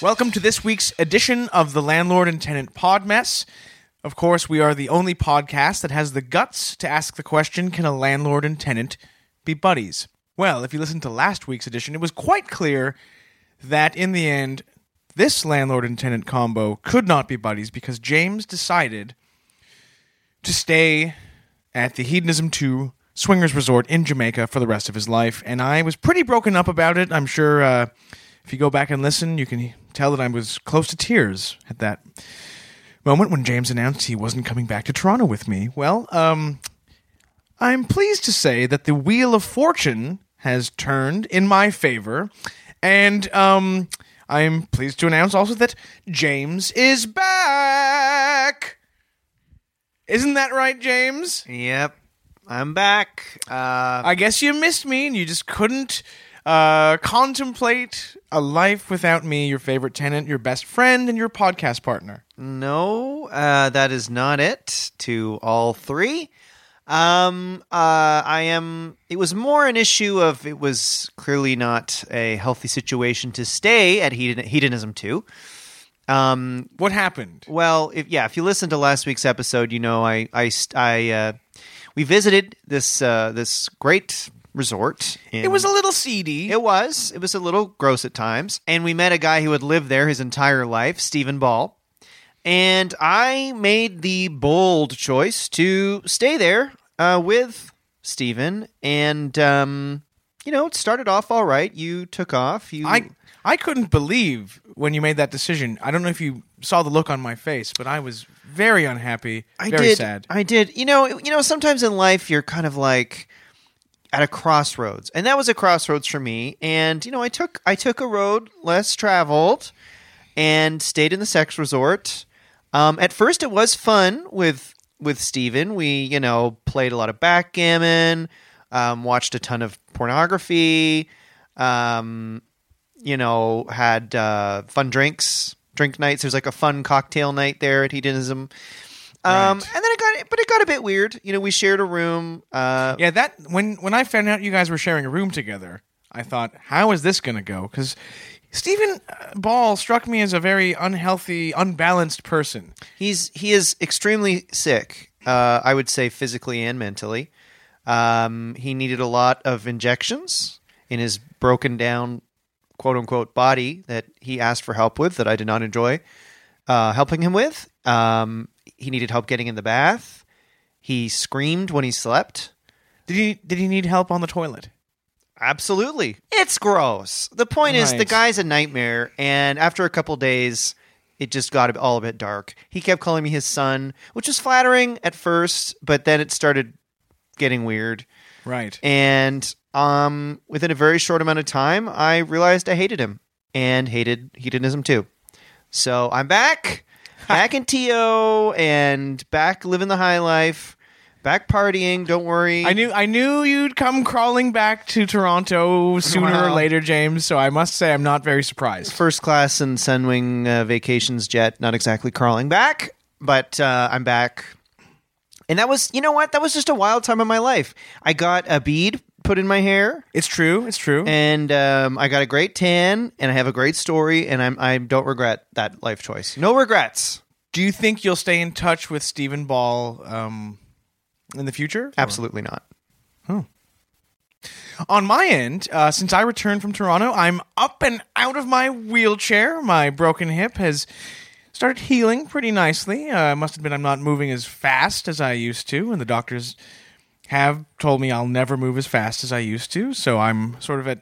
Welcome to this week's edition of the Landlord and Tenant Pod Mess. Of course, we are the only podcast that has the guts to ask the question can a landlord and tenant be buddies? Well, if you listened to last week's edition, it was quite clear that in the end, this landlord and tenant combo could not be buddies because James decided to stay at the Hedonism 2 Swingers Resort in Jamaica for the rest of his life. And I was pretty broken up about it. I'm sure uh, if you go back and listen, you can tell that I was close to tears at that moment when James announced he wasn't coming back to Toronto with me. Well, um, I'm pleased to say that the Wheel of Fortune has turned in my favor. And um, I'm pleased to announce also that James is back. Isn't that right, James? Yep. I'm back. Uh, I guess you missed me and you just couldn't uh, contemplate a life without me, your favorite tenant, your best friend, and your podcast partner. no, uh, that is not it to all three. Um, uh, I am. It was more an issue of it was clearly not a healthy situation to stay at hedon- hedonism too. Um, What happened? Well, if, yeah, if you listen to last week's episode, you know I I st- I uh, we visited this uh, this great resort. in- It was a little seedy. It was. It was a little gross at times. And we met a guy who had lived there his entire life, Stephen Ball. And I made the bold choice to stay there uh, with Stephen. And, um, you know, it started off all right. You took off. You. I I couldn't believe when you made that decision. I don't know if you saw the look on my face, but I was very unhappy, I very did. sad. I did. You know, you know, sometimes in life you're kind of like at a crossroads. And that was a crossroads for me. And you know, I took I took a road less traveled and stayed in the sex resort. Um, at first it was fun with with Steven. We, you know, played a lot of backgammon, um, watched a ton of pornography, um, you know, had uh, fun drinks, drink nights. There's like a fun cocktail night there at Hedonism. Um, Right. and then it got, but it got a bit weird. You know, we shared a room. Uh, yeah, that when when I found out you guys were sharing a room together, I thought, how is this going to go? Because Stephen uh, Ball struck me as a very unhealthy, unbalanced person. He's he is extremely sick. Uh, I would say physically and mentally. Um, he needed a lot of injections in his broken down, quote unquote, body that he asked for help with that I did not enjoy uh, helping him with. Um, he needed help getting in the bath. He screamed when he slept. Did he did he need help on the toilet? Absolutely, it's gross. The point is, the Right. guy's a nightmare. And after a couple days, it just got all a bit dark. He kept calling me his son, which was flattering at first, but then it started getting weird. Right. And um, within a very short amount of time, I realized I hated him and hated hedonism too. So I'm back, back in TO, and back living the high life, back partying. Don't worry. I knew I knew you'd come crawling back to Toronto sooner or Wow. later, James. So I must say I'm not very surprised. first class and Sunwing uh, Vacations jet. Not exactly crawling back, but uh, I'm back. And that was, you know what? That was just a wild time in my life. I got a bead put in my hair, It's true. It's true. and um, I got a great tan, and I have a great story, and I'm I don't regret that life choice. No regrets. Do you think you'll stay in touch with Stephen Ball um, in the future? Absolutely not. On my end, uh, since I returned from Toronto, I'm up and out of my wheelchair. My broken hip has started healing pretty nicely. Uh, I must admit, I'm not moving as fast as I used to, and the doctors have told me I'll never move as fast as I used to. So I'm sort of at.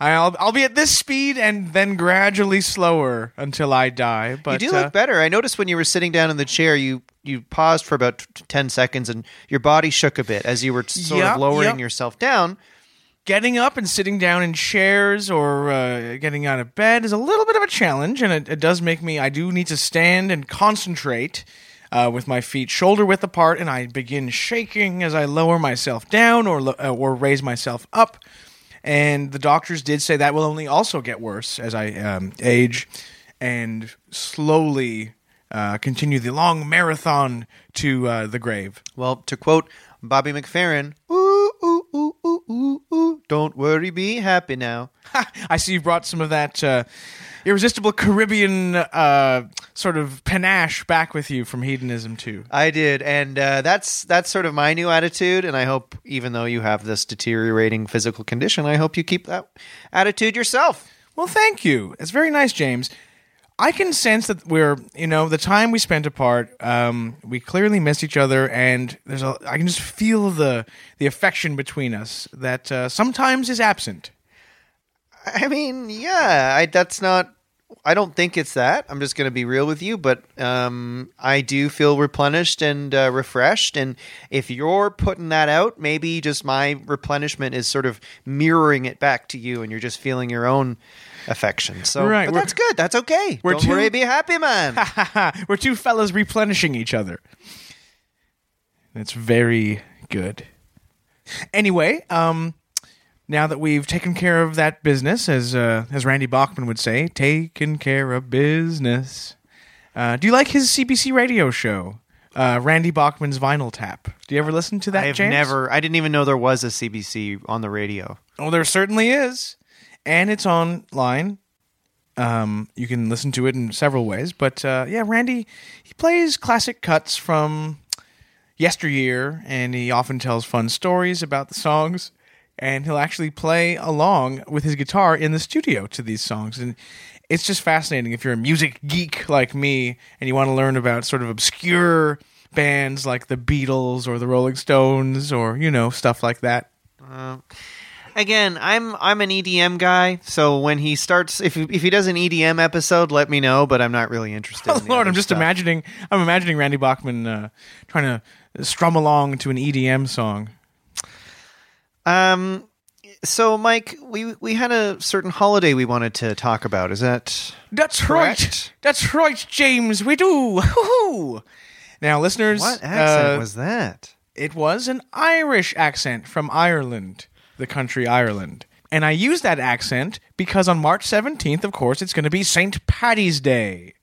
I'll I'll be at this speed and then gradually slower until I die. But you do uh, look better. I noticed when you were sitting down in the chair, you you paused for about t- ten seconds, and your body shook a bit as you were sort Yeah, of lowering yeah. yourself down. getting up and sitting down in chairs or uh, getting out of bed is a little bit of a challenge, and it, it does make me. I do need to stand and concentrate uh, with my feet shoulder width apart, and I begin shaking as I lower myself down or lo- uh, or raise myself up. And the doctors did say that will only also get worse as I um, age and slowly uh, continue the long marathon to uh, the grave. Well, to quote Bobby McFerrin, ooh, ooh, ooh, ooh, ooh, ooh, don't worry, be happy now. I see you brought some of that uh, irresistible Caribbean uh, sort of panache back with you from hedonism too. I did, and uh, that's that's sort of my new attitude. And I hope, even though you have this deteriorating physical condition, I hope you keep that attitude yourself. Well, thank you. It's very nice, James. I can sense that we're, you know, the time we spent apart, um, we clearly missed each other, and there's a, I can just feel the the affection between us that uh, sometimes is absent. I mean, yeah, I, that's not. I don't think it's that. I'm just going to be real with you, but um, I do feel replenished and uh, refreshed. And if you're putting that out, maybe just my replenishment is sort of mirroring it back to you, and you're just feeling your own affection. So, Right, but we're- that's good. That's okay. we're don't too- worry, be happy, man. We're two fellas replenishing each other. It's very good. Anyway, um, now that we've taken care of that business, as uh, as Randy Bachman would say, taken care of business. Uh, do you like his CBC radio show, uh, Randy Bachman's Vinyl Tap? Do you ever listen to that? I've James? never. I didn't even know there was a CBC on the radio. Oh, there certainly is, and it's online. Um, you can listen to it in several ways, but uh, yeah, Randy he plays classic cuts from yesteryear, and he often tells fun stories about the songs. And he'll actually play along with his guitar in the studio to these songs, and it's just fascinating. If you're a music geek like me and you want to learn about sort of obscure bands like the Beatles or the Rolling Stones or you know stuff like that, Again, I'm I'm an EDM guy, so when he starts, if if he does an EDM episode, let me know. But I'm not really interested. Oh in the Lord, other I'm just stuff. imagining. I'm imagining Randy Bachman uh, trying to strum along to an EDM song. Um, so Mike, we we had a certain holiday we wanted to talk about. Is that That's Correct. right. That's right, James. We do. Hoo-hoo. Now, listeners, what accent uh, was that? it was an Irish accent from Ireland, the country Ireland. And I use that accent because on March 17th, of course, it's going to be St. Patty's Day.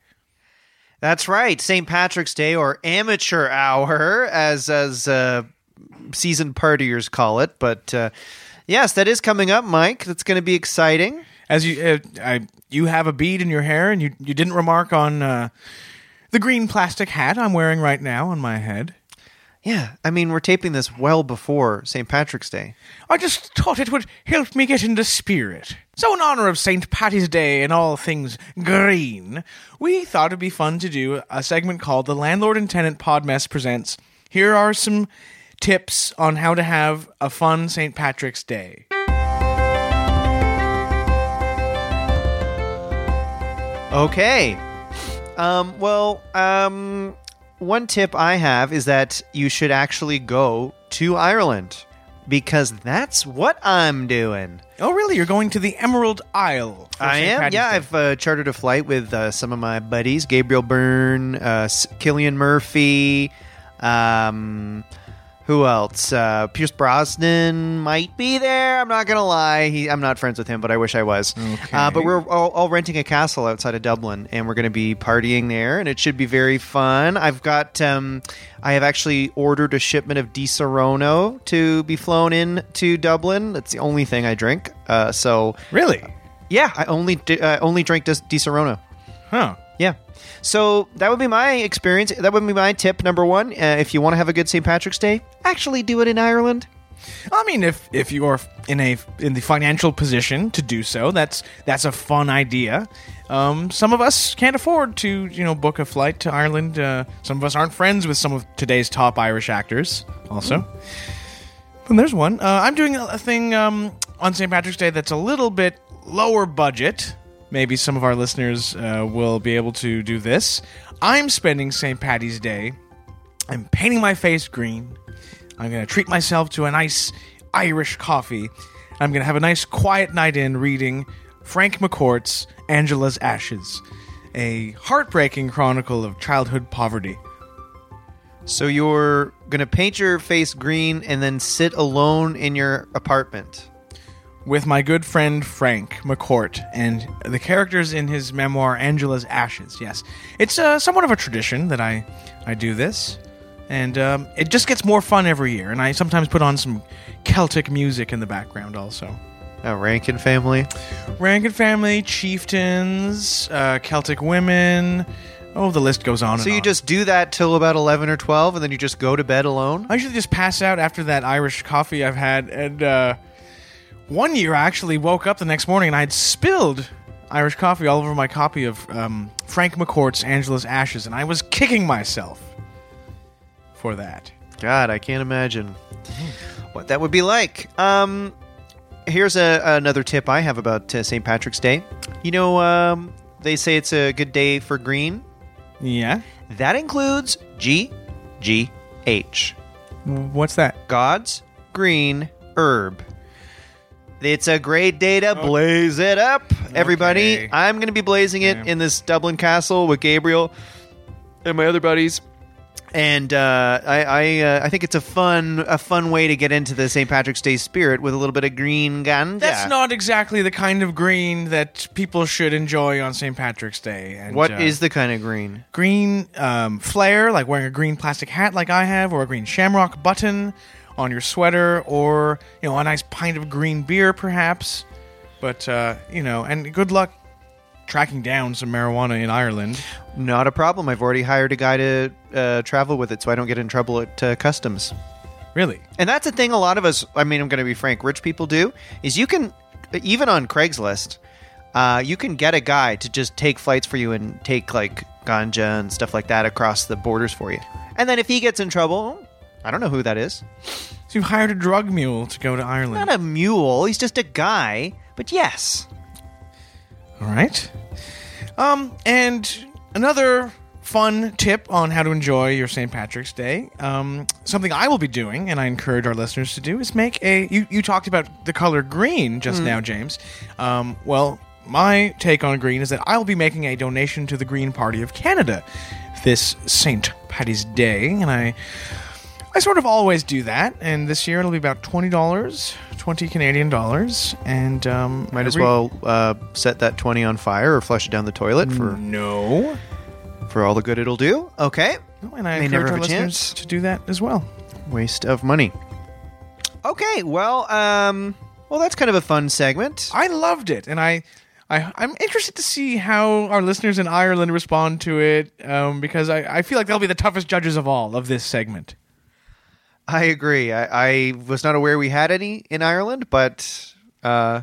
That's right, St. Patrick's Day or Amateur Hour, as as uh, seasoned partiers call it. But uh, yes, that is coming up, Mike. That's going to be exciting. As you, uh, I, you have a bead in your hair, and you, you didn't remark on uh, the green plastic hat I'm wearing right now on my head. Yeah, I mean, we're taping this well before St. Patrick's Day. I just thought it would help me get in the spirit. So, in honor of St. Patty's Day and all things green, we thought it'd be fun to do a segment called The Landlord and Tenant Podmess Presents. Here are some tips on how to have a fun St. Patrick's Day. Okay. Um, well, um, one tip I have is that you should actually go to Ireland because that's what I'm doing. Oh, really? You're going to the Emerald Isle? for I St. am. Patty's Yeah, Day. I've uh, chartered a flight with uh, some of my buddies Gabriel Byrne, uh, S- Killian Murphy. Um, who else? Uh, Pierce Brosnan might be there. I'm not gonna lie. He, I'm not friends with him, but I wish I was. Uh, but we're all, all renting a castle outside of Dublin, and we're gonna be partying there, and it should be very fun. I've got. Um, I have actually ordered a shipment of Di Serono to be flown in to Dublin. That's the only thing I drink. Uh, so Really? yeah, I only di- uh, only drank Dis- Di Serono. Huh. Yeah, so that would be my experience. That would be my tip number one. Uh, if you want to have a good St. Patrick's Day, actually do it in Ireland. I mean, if if you are in a in the financial position to do so, that's that's a fun idea. Um, some of us can't afford to, you know, book a flight to Ireland. Uh, some of us aren't friends with some of today's top Irish actors. Also, and there's one. Uh, I'm doing a- a thing um, on St. Patrick's Day that's a little bit lower budget. Maybe some of our listeners uh, will be able to do this. I'm spending St. Patty's Day I'm painting my face green. I'm going to treat myself to a nice Irish coffee. I'm going to have a nice quiet night in reading Frank McCourt's Angela's Ashes, a heartbreaking chronicle of childhood poverty. So you're gonna paint your face green and then sit alone in your apartment. with my good friend Frank McCourt and the characters in his memoir Angela's Ashes. Yes, it's uh, somewhat of a tradition that I I do this, and um, it just gets more fun every year. And I sometimes put on some Celtic music in the background also. Oh, Rankin family. Rankin family, chieftains, uh, Celtic women. Oh, the list goes on. So and you on. just do that till about eleven or twelve, and then you just go to bed alone. I usually just pass out after that Irish coffee I've had. And uh, one year, I actually woke up the next morning and I had spilled Irish coffee all over my copy of um, Frank McCourt's Angela's Ashes, and I was kicking myself for that. God, I can't imagine what that would be like. Um, here's a, another tip I have about uh, St. Patrick's Day. You know, um, they say it's a good day for green. Yeah. That includes G, G, H. What's that? God's green herb. It's a great day to blaze it up, everybody. Oh. Okay. I'm going to be blazing it Yeah. in this Dublin castle with Gabriel and my other buddies. And uh, I, I, uh, I think it's a fun, a fun way to get into the St. Patrick's Day spirit with a little bit of green ganja. That's not exactly the kind of green that people should enjoy on St. Patrick's Day. And, What uh, is the kind of green? green um, flare, like wearing a green plastic hat, like I have, or a green shamrock button on your sweater, or you know, a nice pint of green beer, perhaps. But uh, you know, and good luck tracking down some marijuana in Ireland. Not a problem. I've already hired a guy to uh, travel with it, so I don't get in trouble at uh, customs. Really, And that's a thing a lot of us, I mean, I'm going to be frank, rich people do, is you can, even on Craigslist, uh, you can get a guy to just take flights for you and take like ganja and stuff like that across the borders for you. And then if he gets in trouble, I don't know who that is. so you've hired a drug mule to go to Ireland. Not a mule, he's just a guy. But yes, All right. Um, and another fun tip on how to enjoy your St. Patrick's Day. Um, something I will be doing, and I encourage our listeners to do, is make a. You, you talked about the color green Mm-hmm. just now, James. Um, well, my take on green is that I'll be making a donation to the Green Party of Canada this St. Patty's Day, and I. I sort of always do that, and this year it'll be about twenty dollars, twenty Canadian dollars, and um, might as every- well uh, set that 20 on fire or flush it down the toilet for, No, for all the good it'll do. Okay. No, and I They encourage never our have a listeners chance. to do that as well. Waste of money. Okay, well, um, well, that's kind of a fun segment. I loved it, and I, I I'm interested to see how our listeners in Ireland respond to it, um, because I, I feel like they'll be the toughest judges of all of this segment. I agree. I, I was not aware we had any in Ireland, but uh,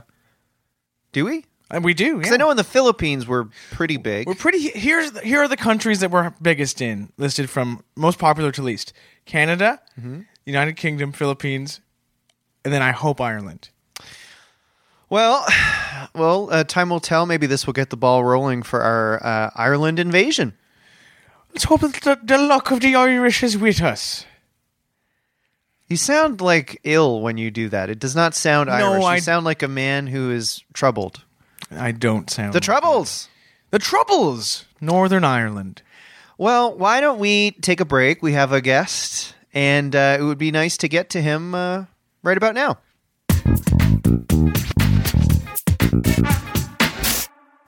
do we? And we do. Because yeah. I know in the Philippines we're pretty big. we're pretty. Here's the- here are the countries that we're biggest in, listed from most popular to least: Canada, United Kingdom, Philippines, and then I hope Ireland. well, well, uh, time will tell. Maybe this will get the ball rolling for our uh, Ireland invasion. Let's hope that the, the luck of the Irish is with us. You sound like ill when you do that. It does not sound Irish. I- You sound like a man who is troubled. I don't sound The troubles. the troubles. Northern Ireland. Well, why don't we take a break? We have a guest, and uh, it would be nice to get to him uh, right about now.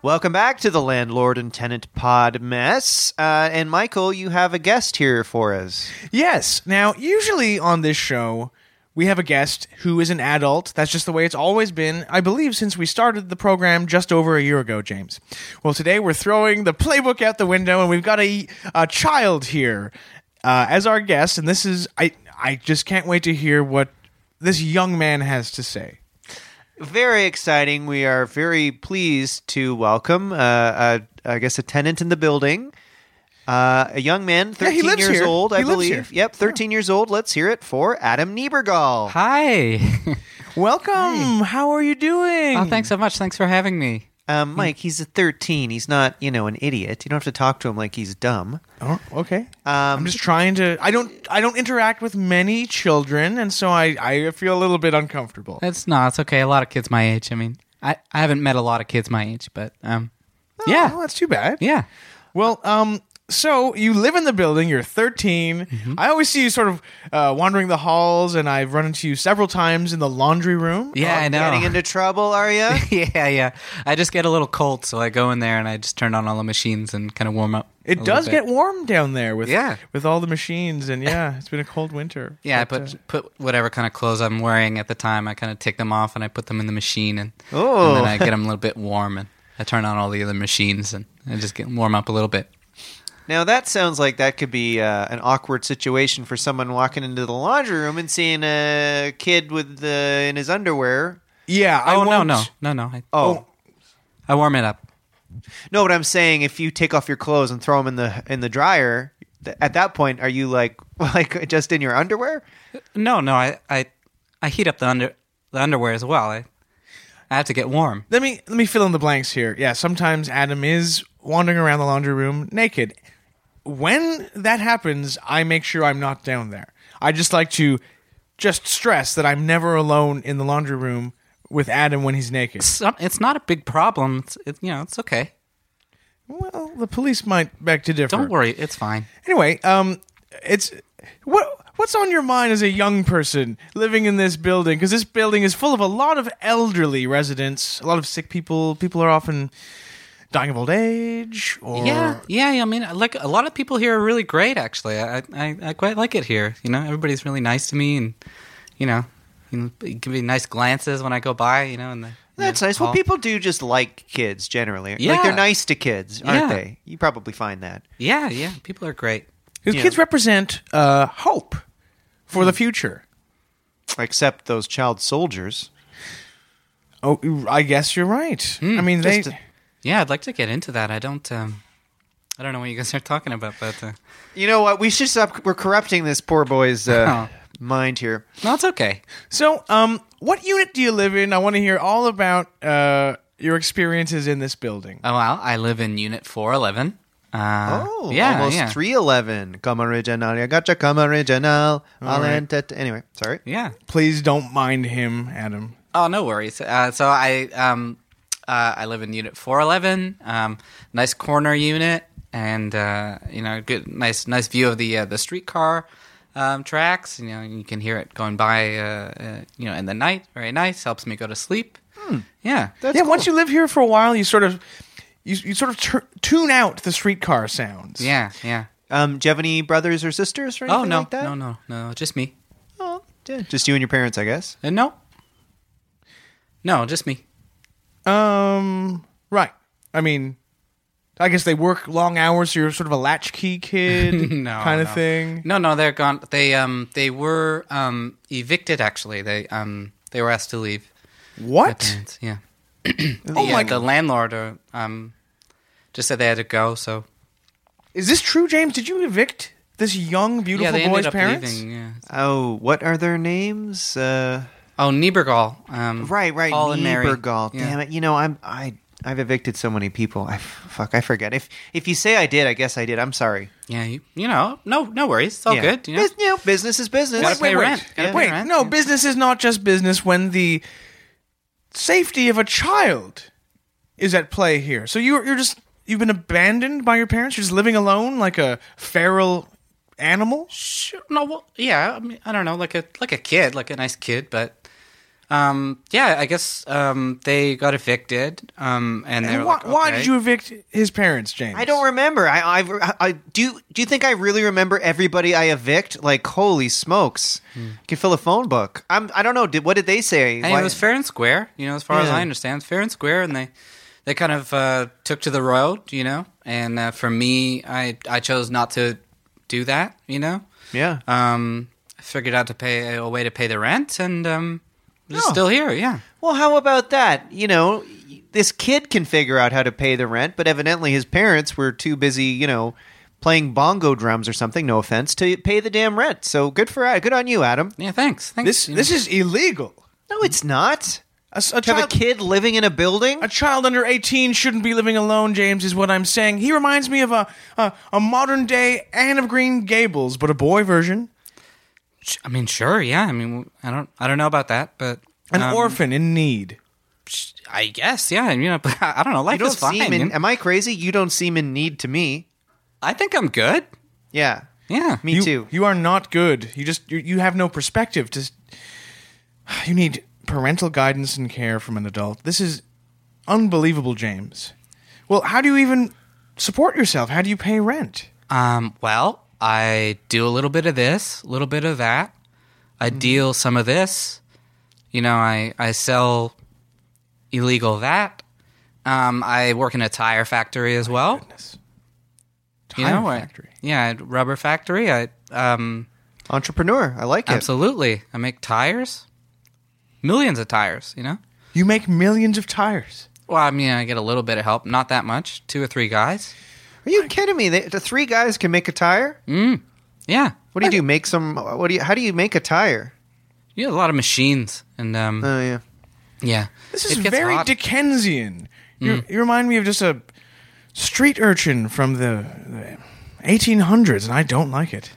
Welcome back to the Landlord and Tenant Pod Mess. Uh, and Michael, you have a guest here for us. Yes. Now, usually on this show, we have a guest who is an adult. That's just the way it's always been, I believe, since we started the program just over a year ago, James. Well, today we're throwing the playbook out the window, and we've got a, a child here uh, as our guest. And this is, I, I just can't wait to hear what this young man has to say. Very exciting. We are very pleased to welcome, uh, uh, I guess, a tenant in the building. Uh, a young man, Yeah, 13 he lives years here. old, I He lives believe. here. Yep, 13 years old. Let's hear it for Adam Niebergall. Hi. Welcome. How are you doing? oh, thanks so much. Thanks for having me. Um, Mike, he's a 13. He's not, you know, an idiot. You don't have to talk to him like he's dumb. Oh, okay. I'm Um, just trying to. I don't. I don't interact with many children, and so I. I feel a little bit uncomfortable. That's no, it's okay. A lot of kids my age. I mean, I, I haven't met a lot of kids my age, but um, yeah, Well, that's Oh, too bad. yeah. Well, um, So you live in the building. You're 13. Mm-hmm. I always see you sort of uh, wandering the halls, and I've run into you several times in the laundry room. Yeah, I know. Oh, Getting into trouble, are you? yeah, yeah. I just get a little cold, so I go in there and I just turn on all the machines and kind of warm up. It a does little get bit. warm down there with Yeah. with all the machines, and yeah, it's been a cold winter. Yeah, But, uh, I put put whatever kind of clothes I'm wearing at the time. I kind of take them off and I put them in the machine, and, Oh. and then I get them a little bit warm, and I turn on all the other machines and I just get warm up a little bit. Now that sounds like that could be uh, an awkward situation for someone walking into the laundry room and seeing a kid with the, in his underwear. yeah. I oh no, won't- no, no, no. I, Oh. I warm it up. no! But I'm saying if you take off your clothes and throw them in the in the dryer, th- at that point, are you like like just in your underwear? No, no. I I, I heat up the under the underwear as well. I, I have to get warm. Let me let me fill in the blanks here. Yeah, sometimes Adam is wandering around the laundry room naked. When that happens, I make sure I'm not down there. I just like to just stress that I'm never alone in the laundry room with Adam when he's naked. Some, it's not a big problem. It's it, you know it's okay. Well, the police might beg to differ. Don't worry, it's fine. Anyway, um, it's what what's on your mind as a young person living in this building? Because this building is full of a lot of elderly residents, a lot of sick people. People are often dying of old age, or Yeah, yeah. I mean, like a lot of people here are really great. Actually, I, I, I quite like it here. You know, everybody's really nice to me, and you know, you know, you give me nice glances when I go by. You know, and the, in the That's nice. Well, hall. people do just like kids generally. Like Yeah. they're nice to kids, aren't Yeah. they? You probably find that. Yeah, yeah. People are great. Because Yeah. kids represent uh, hope for the future. Except those child soldiers. Oh, I guess you're right. Hmm, I mean, they. Just a- Yeah, I'd like to get into that. I don't. Um, I don't know what you guys are talking about, but uh, You know what? We should stop. We're corrupting this poor boy's uh, Oh. mind here. no, it's okay. So, um, what unit do you live in? I want to hear all about uh, your experiences in this building. Oh, well, I live in Unit Four Eleven. Uh, Oh, yeah, almost yeah. 311. Come original. You gotcha. Come original. I'll right. end it- Anyway, sorry. Yeah. Please don't mind him, Adam. Oh, no worries. Uh, so I um, uh, I live in Unit Four Eleven. Um, nice corner unit, and uh, you know, good, nice, nice view of the uh, the streetcar um, tracks. You know, you can hear it going by. Uh, uh, you know, in the night, very nice. Helps me go to sleep. Hmm. Yeah. yeah, once you live here for a while, you sort of you, you sort of tur tune out the streetcar sounds. yeah, yeah. Um, do you have any brothers or sisters or anything Oh no, like that? no, no, no, just me. Oh, yeah, just you and your parents, I guess. Uh, no, no, just me. Um. Right. I mean, I guess they work long hours, so you're sort of a latchkey kid, no, kind of no. thing. No, no, they're gone. They um, they were um, evicted. Actually, they um, they were asked to leave. What? Parents, yeah. Oh yeah, my The landlord uh, um, just said they had to go. So Is this true, James? Did you evict this young, yeah, beautiful they ended boy's up parents? leaving. Yeah. Oh, what are their names? Uh, Oh, Niebergall. Um, right, right. Paul and Mary. Niebergall. Yeah. Damn it. You know, I'm I I've evicted so many people. I f- fuck. I forget. If if you say I did, I guess I did. I'm sorry. Yeah, you, you know, no, no worries. It's all yeah. Oh, good. You know? Bus- you know, business is business. Gotta pay wait, rent. Gotta Wait, pay Wait, rent, no, yeah. business is not just business when the safety of a child is at play here. So you're you're just you've been abandoned by your parents. You're just living alone like a feral animal. Sure, no, well, yeah. I mean, I don't know, like a like a kid, like a nice kid, but. Um. Yeah. I guess. Um. They got evicted. Um. And, they And were why, like, why okay. did you evict his parents, James? I don't remember. I, I, I do. Do you think I really remember everybody I evict? Like, holy smokes, can fill a phone book. I'm. I don't know. Did what did they say? And Why- it was fair and square, you know, as far as Yeah. I understand, fair and square, and they they kind of uh, took to the road, you know. And uh, for me, I I chose not to do that, you know. yeah. Um, I figured out to pay a way to pay the rent, and um, just Oh. still here, yeah. Well, how about that? You know, y- this kid can figure out how to pay the rent, but evidently his parents were too busy. You know. Playing bongo drums or something, no offense, to pay the damn rent. So good for good on you, Adam. Yeah, thanks. Thanks. This you know. this is illegal. No, it's not. A, s- a To have a child, kid living in a building. a child under eighteen shouldn't be living alone. James is what I'm saying. He reminds me of a a, a modern day Anne of Green Gables, but a boy version. Sh- I mean, sure, yeah. I mean, I don't I don't know about that, but An um, orphan in need. sh- I guess, yeah. You know, I don't know. Life You don't is fine. seem you in, know? am I crazy? You don't seem in need to me. I think I'm good. Yeah. Yeah. Me you, too. You are not good. You just you, you have no perspective. To you need parental guidance and care from an adult. This is unbelievable, James. Well, how do you even support yourself? How do you pay rent? Um, well, I do a little bit of this, a little bit of that. I Mm-hmm. deal some of this. You know, I, I sell illegal that. Um, I work in a tire factory as well. Goodness. You Tire know, I- factory. yeah, rubber factory. I um, Entrepreneur. I like it. absolutely. I make tires, millions of tires. You know. You make millions of tires. Well, I mean, I get a little bit of help, not that much, two or three guys. Are you kidding me? They, the three guys can make a tire? Mm, Yeah, What do you do? Make some what do you how do you make a tire? you have a lot of machines, and um, Oh yeah. yeah, Uh, This is It gets very hot. Dickensian. You, you remind me of just a street urchin from the, the 1800s, and I don't like it.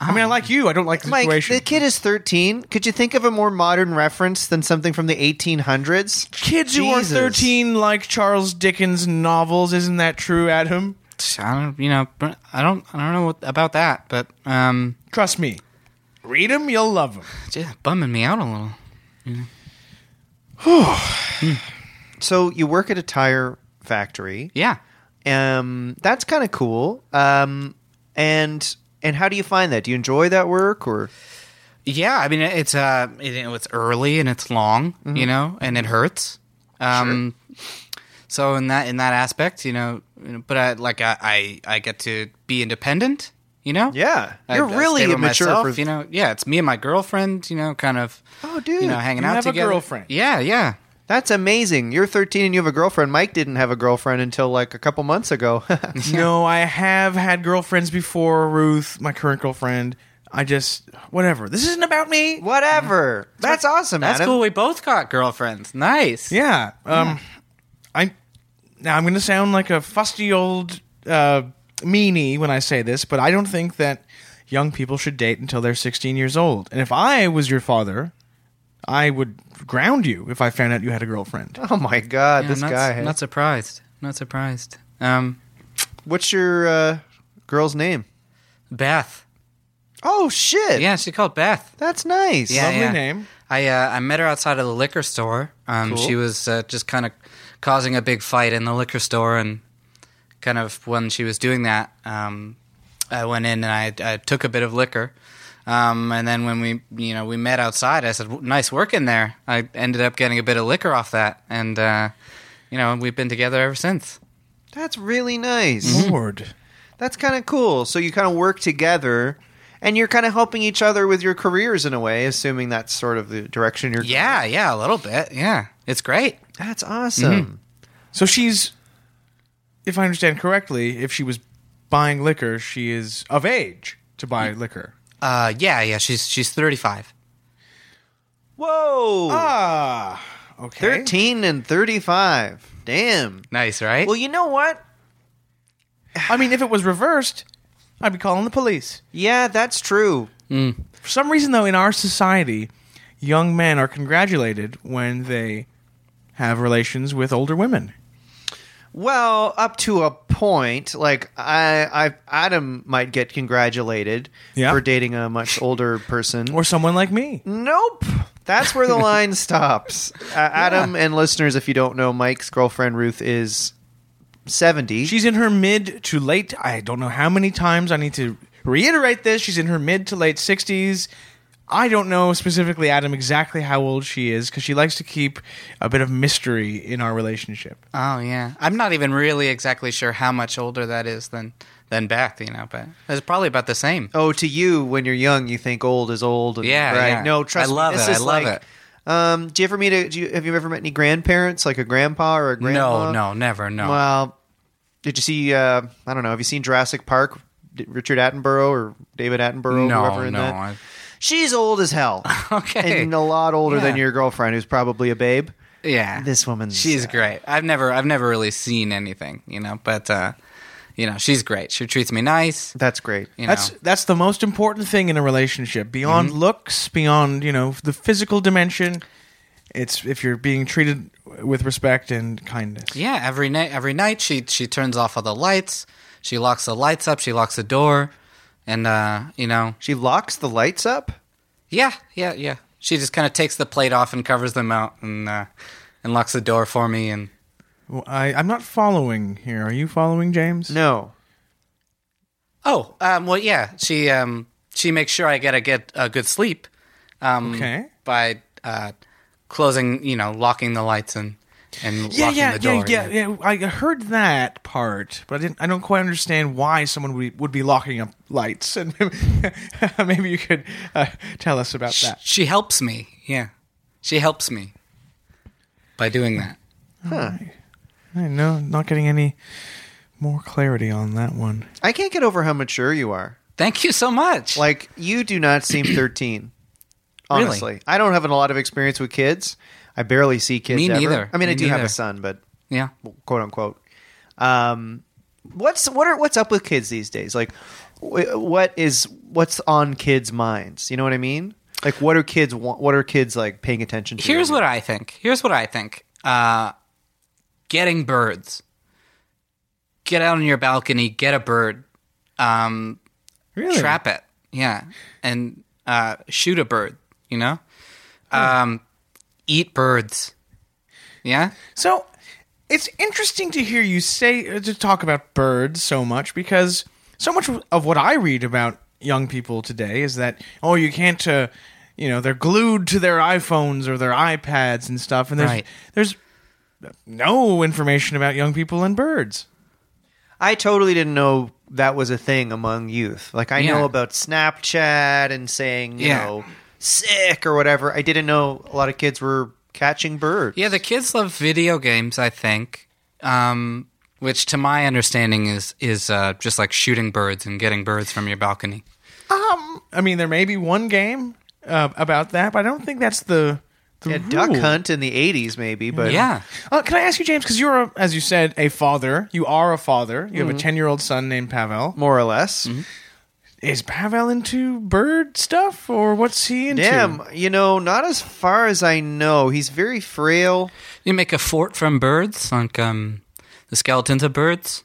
I mean, I like you. I don't like the Mike, situation. the kid is 13. Could you think of a more modern reference than something from the 1800s? Kids who are Jesus. 13 like Charles Dickens novels. Isn't that true, Adam? I don't, you know, I don't, I don't know what, about that, but um, Trust me. Read them, you'll love them. it's just bumming me out a little. So you work at a tire factory. Yeah, Um, that's kind of cool. Um, and and how do you find that? Do you enjoy that work or yeah. I mean, it's uh, you know, it's early and it's long, Mm-hmm. you know, and it hurts. Um, so in that in that aspect, you know, you know, but I like I, I I get to be independent, you know. yeah? I- You're I really stay by immature. myself, for, you know. Yeah, it's me and my girlfriend, you know, kind of. Oh, dude, you know, hanging you out have a together. girlfriend. Yeah, yeah. That's amazing. You're 13 and you have a girlfriend. Mike didn't have a girlfriend until like a couple months ago. No, I have had girlfriends before, Ruth, my current girlfriend. I just, whatever. This isn't about me. Whatever. That's awesome. That's Adam. cool. We both got girlfriends. Nice. Yeah. Um, I now I'm going to sound like a fusty old uh, meanie when I say this, but I don't think that young people should date until they're 16 years old. And if I was your father, I would ground you if I found out you had a girlfriend. Oh my god, Yeah, this not, guy. Not surprised. Not surprised. Um, What's your uh, girl's name? Beth. Oh shit. Yeah, she called Beth. That's nice. Yeah, Lovely yeah. name. I uh, I met her outside of the liquor store. Um, She was uh, just kind of causing a big fight in the liquor store, and kind of when she was doing that, um, I went in and I, I took a bit of liquor. Um, and then when we, you know, we met outside, I said, "W- "Nice work in there." I ended up getting a bit of liquor off that, and uh, you know, we've been together ever since. That's really nice. Mm-hmm. Lord. That's kind of cool. So you kind of work together and you're kind of helping each other with your careers in a way, assuming that's sort of the direction you're Yeah, yeah, a little bit. Yeah, it's great. That's Mm-hmm. awesome. So she's, if I understand correctly, if she was buying liquor, she is of age to buy liquor. Uh, yeah, yeah. She's she's thirty five. Whoa. Ah, okay. 13 and 35. Damn. Nice, right? Well, you know what? I mean, if it was reversed, I'd be calling the police. Yeah, that's true. For some reason, though, in our society, young men are congratulated when they have relations with older women. Well, up to a point, like I, I Adam might get congratulated Yeah. for dating a much older person. Or someone like me. Nope. That's where the line stops. Uh, Adam and listeners, if you don't know, Mike's girlfriend Ruth is 70. She's in her mid to late, I don't know how many times I need to reiterate this. She's in her mid to late 60s. I don't know specifically, Adam, exactly how old she is because she likes to keep a bit of mystery in our relationship. oh yeah. I'm not even really exactly sure how much older that is than than Beth, you know, but it's probably about the same. oh, to you, when you're young, you think old is old. And, Yeah, right. yeah. No, trust I love me. This it. I is love like, Um, do you ever meet a? Do you, have you ever met any grandparents, like a grandpa or a grandma? No, no, never, no. Well, did you see? Uh, I don't know. Have you seen Jurassic Park? D- Richard Attenborough or David Attenborough? no, whoever in no. that? I- She's old as hell. Okay. and a lot older than Yeah. your girlfriend, who's probably a babe. yeah. This woman's She's great. I've never I've never really seen anything, you know, but uh you know, she's great. She treats me nice. That's great. You That's know. Mm-hmm. that's the most important thing in a relationship. Beyond looks, beyond you know the physical dimension, it's if you're being treated with respect and kindness. Yeah, every night, every night she she turns off all the lights. She locks the lights up. She locks the door, and uh, you know, She locks the lights up. yeah, yeah, yeah. She just kind of takes the plate off and covers them out, and uh, and locks the door for me. And Well, I, I'm not following here. Are you following, James? No. oh, um, well, yeah, she um she makes sure I get a get a good sleep. Um, Okay. By uh, closing, you know, locking the lights and and Yeah, locking yeah, the door. yeah, yeah, yeah. I heard that part, but I didn't. I don't quite understand why someone would be, would be locking up lights. And maybe you could uh, tell us about Sh- that. She helps me. Yeah, she helps me by doing that. I know, not getting any more clarity on that one. I can't get over how mature you are. Thank you so much. Like you do not seem 13. Really? Honestly, I don't have a lot of experience with kids. I barely see kids. Me ever. neither. I mean, I Me do have a neither. son, but yeah. quote unquote. Um, what's what are what's up with kids these days? Like, wh- what is what's on kids' minds? You know what I mean? Like, what are kids want? What are kids like paying attention to? Here's what I think. Here's what I think. Uh, getting birds. Get out on your balcony. Get a bird. Um, Really? Trap it. Yeah, and uh, shoot a bird. You know, um, eat birds. Yeah. So it's interesting to hear you say uh, to talk about birds so much because so much of what I read about young people today is that oh you can't uh, you know they're glued to their iPhones or their iPads and stuff and there's Right. there's no information about young people and birds. I totally didn't know that was a thing among youth. Like I Yeah. know about Snapchat and saying, you Yeah. know, sick or whatever. I didn't know a lot of kids were catching birds. Yeah, the kids love video games, I think, um, which, to my understanding, is is uh, just like shooting birds and getting birds from your balcony. Um, I mean there may be one game uh, about that, but I don't think that's the the A duck rule. hunt in the 80s maybe, but Yeah, Uh, can I ask you, James? Because you're, a, as you said, a father. You are a father. You Mm-hmm. have a ten-year-old son named Pavel. more or less. Mm-hmm. is Pavel into bird stuff or what's he into? Damn, you know, not as far as I know. He's very frail. you make a fort from birds, like um, the skeletons of birds.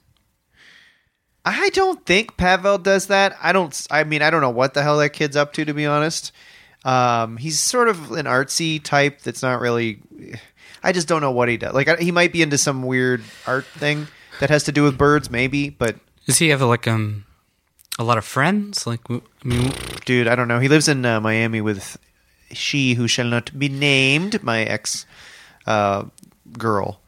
I don't think Pavel does that. I don't. I mean, I don't know what the hell that kid's up to. To be honest, um, he's sort of an artsy type. That's not really. I just don't know what he does. Like I, he might be into some weird art thing that has to do with birds, maybe. But Does he have like um, a lot of friends? Like, w- I mean, dude, I don't know. He lives in uh, Miami with she who shall not be named, my ex uh, girl.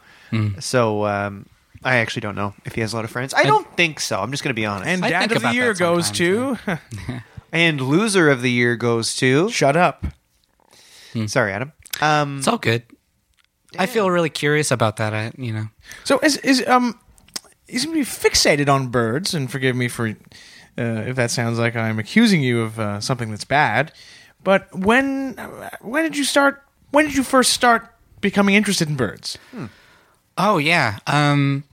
So um, I actually don't know if he has a lot of friends. I don't think so. I'm just going to be honest. And I dad think of the about year that goes to sometimes, and loser of the year goes to. shut up. Mm-hmm. Sorry, Adam. Um, it's all good. I feel really curious about that. I, you know, So is is um you seem to be fixated on birds, and forgive me for uh, if that sounds like I'm accusing you of uh, something that's bad. But when when did you start? When did you first start becoming interested in birds? Oh yeah. Um,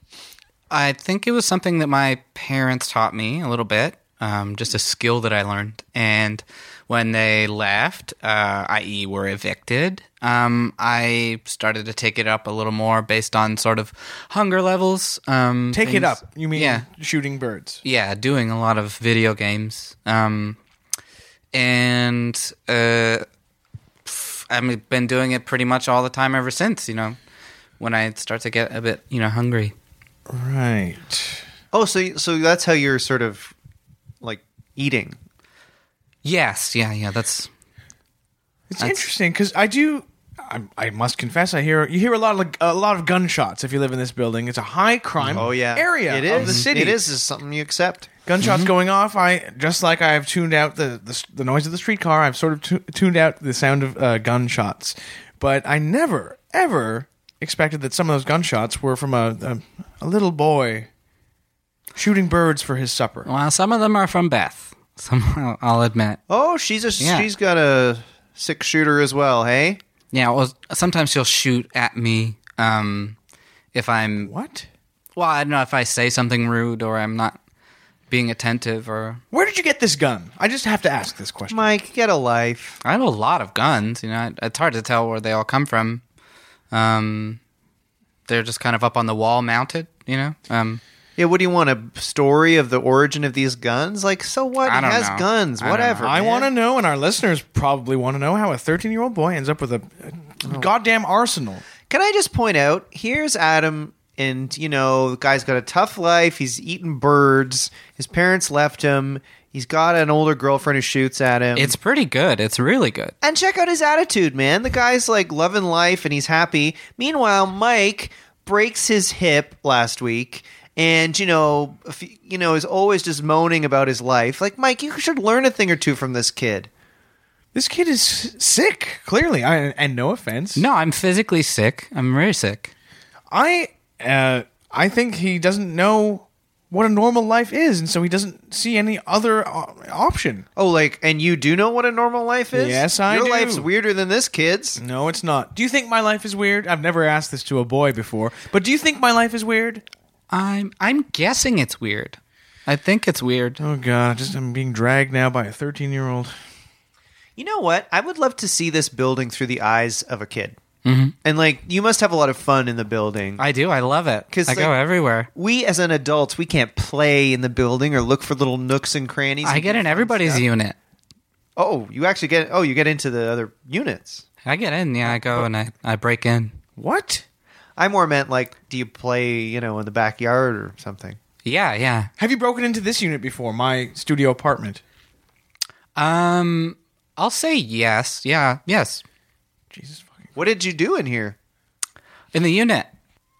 I think it was something that my parents taught me a little bit. Um, just a skill that I learned. And when they left, uh, i.e., were evicted, um, I started to take it up a little more based on sort of hunger levels. Um, Take it things- up. You mean yeah, shooting birds? yeah, doing a lot of video games. Um, and uh, pff, I've been doing it pretty much all the time ever since. You know, when I start to get a bit, you know, hungry. Right. oh, so so that's how you're sort of like eating. Yes, yeah, yeah. That's It's interesting 'cause interesting because I do. I, I must confess, I hear you hear a lot of a lot of gunshots if you live in this building. It's a high crime Oh yeah, area It is of the city. It is, Mm-hmm. is something you accept. gunshots going off. I just like I have tuned out the the, the noise of the streetcar. I've sort of tu- tuned out the sound of uh, gunshots, but I never ever expected that some of those gunshots were from a a, a little boy shooting birds for his supper. well. Some of them are from Beth. Some I'll- I'll admit. Oh, she's a Yeah. she's got a six shooter as well. Hey, Yeah. Well, sometimes she'll shoot at me um, if I'm. What? Well, I don't know if I say something rude or I'm not being attentive or. Where did you get this gun? I just have to ask this question. Mike, get a life. I have a lot of guns. You know, it's hard to tell where they all come from. Um, they're just kind of up on the wall mounted. You know, um, Yeah, what do you want? A story of the origin of these guns? Like, so what? I don't he has know. guns, I don't whatever. know. I man. want to know, and our listeners probably want to know how a 13 year old boy ends up with a, a goddamn arsenal. Can I just point out? Here's Adam, and you know, the guy's got a tough life. He's eaten birds. His parents left him. He's got an older girlfriend who shoots at him. it's pretty good. It's really good. and check out his attitude, man. The guy's like loving life and he's happy. Meanwhile, Mike breaks his hip last week. And you know, if- you know, is always just moaning about his life. Like Mike, you should learn a thing or two from this kid. This kid is sick, clearly. I, and no offense. No, I'm physically sick. I'm really sick. I uh, I think he doesn't know what a normal life is, and so he doesn't see any other o- option. Oh, like, and you do know what a normal life is? Yes, I Your do. life's weirder than this kid's. No, it's not. Do you think my life is weird? I've never asked this to a boy before, but do you think my life is weird? I'm I'm guessing it's weird. I think it's weird. Oh God, I just I'm being dragged now by a 13 year old. You know what? I would love to see this building through the eyes of a kid. Mm-hmm. And like, you must have a lot of fun in the building. I do. I love it. 'Cause, I go like, everywhere. we as an adult, we can't play in the building or look for little nooks and crannies. I and get do in fun everybody's stuff. unit. Oh, you actually get. Oh, you get into the other units. I get in. Yeah, I go and I, I break in. What? I more meant like, do you play? You know, in the backyard or something. Yeah, yeah. Have you broken into this unit before? My studio apartment. Um, I'll say yes. Yeah, yes. Jesus fucking. What did you do in here? In the unit,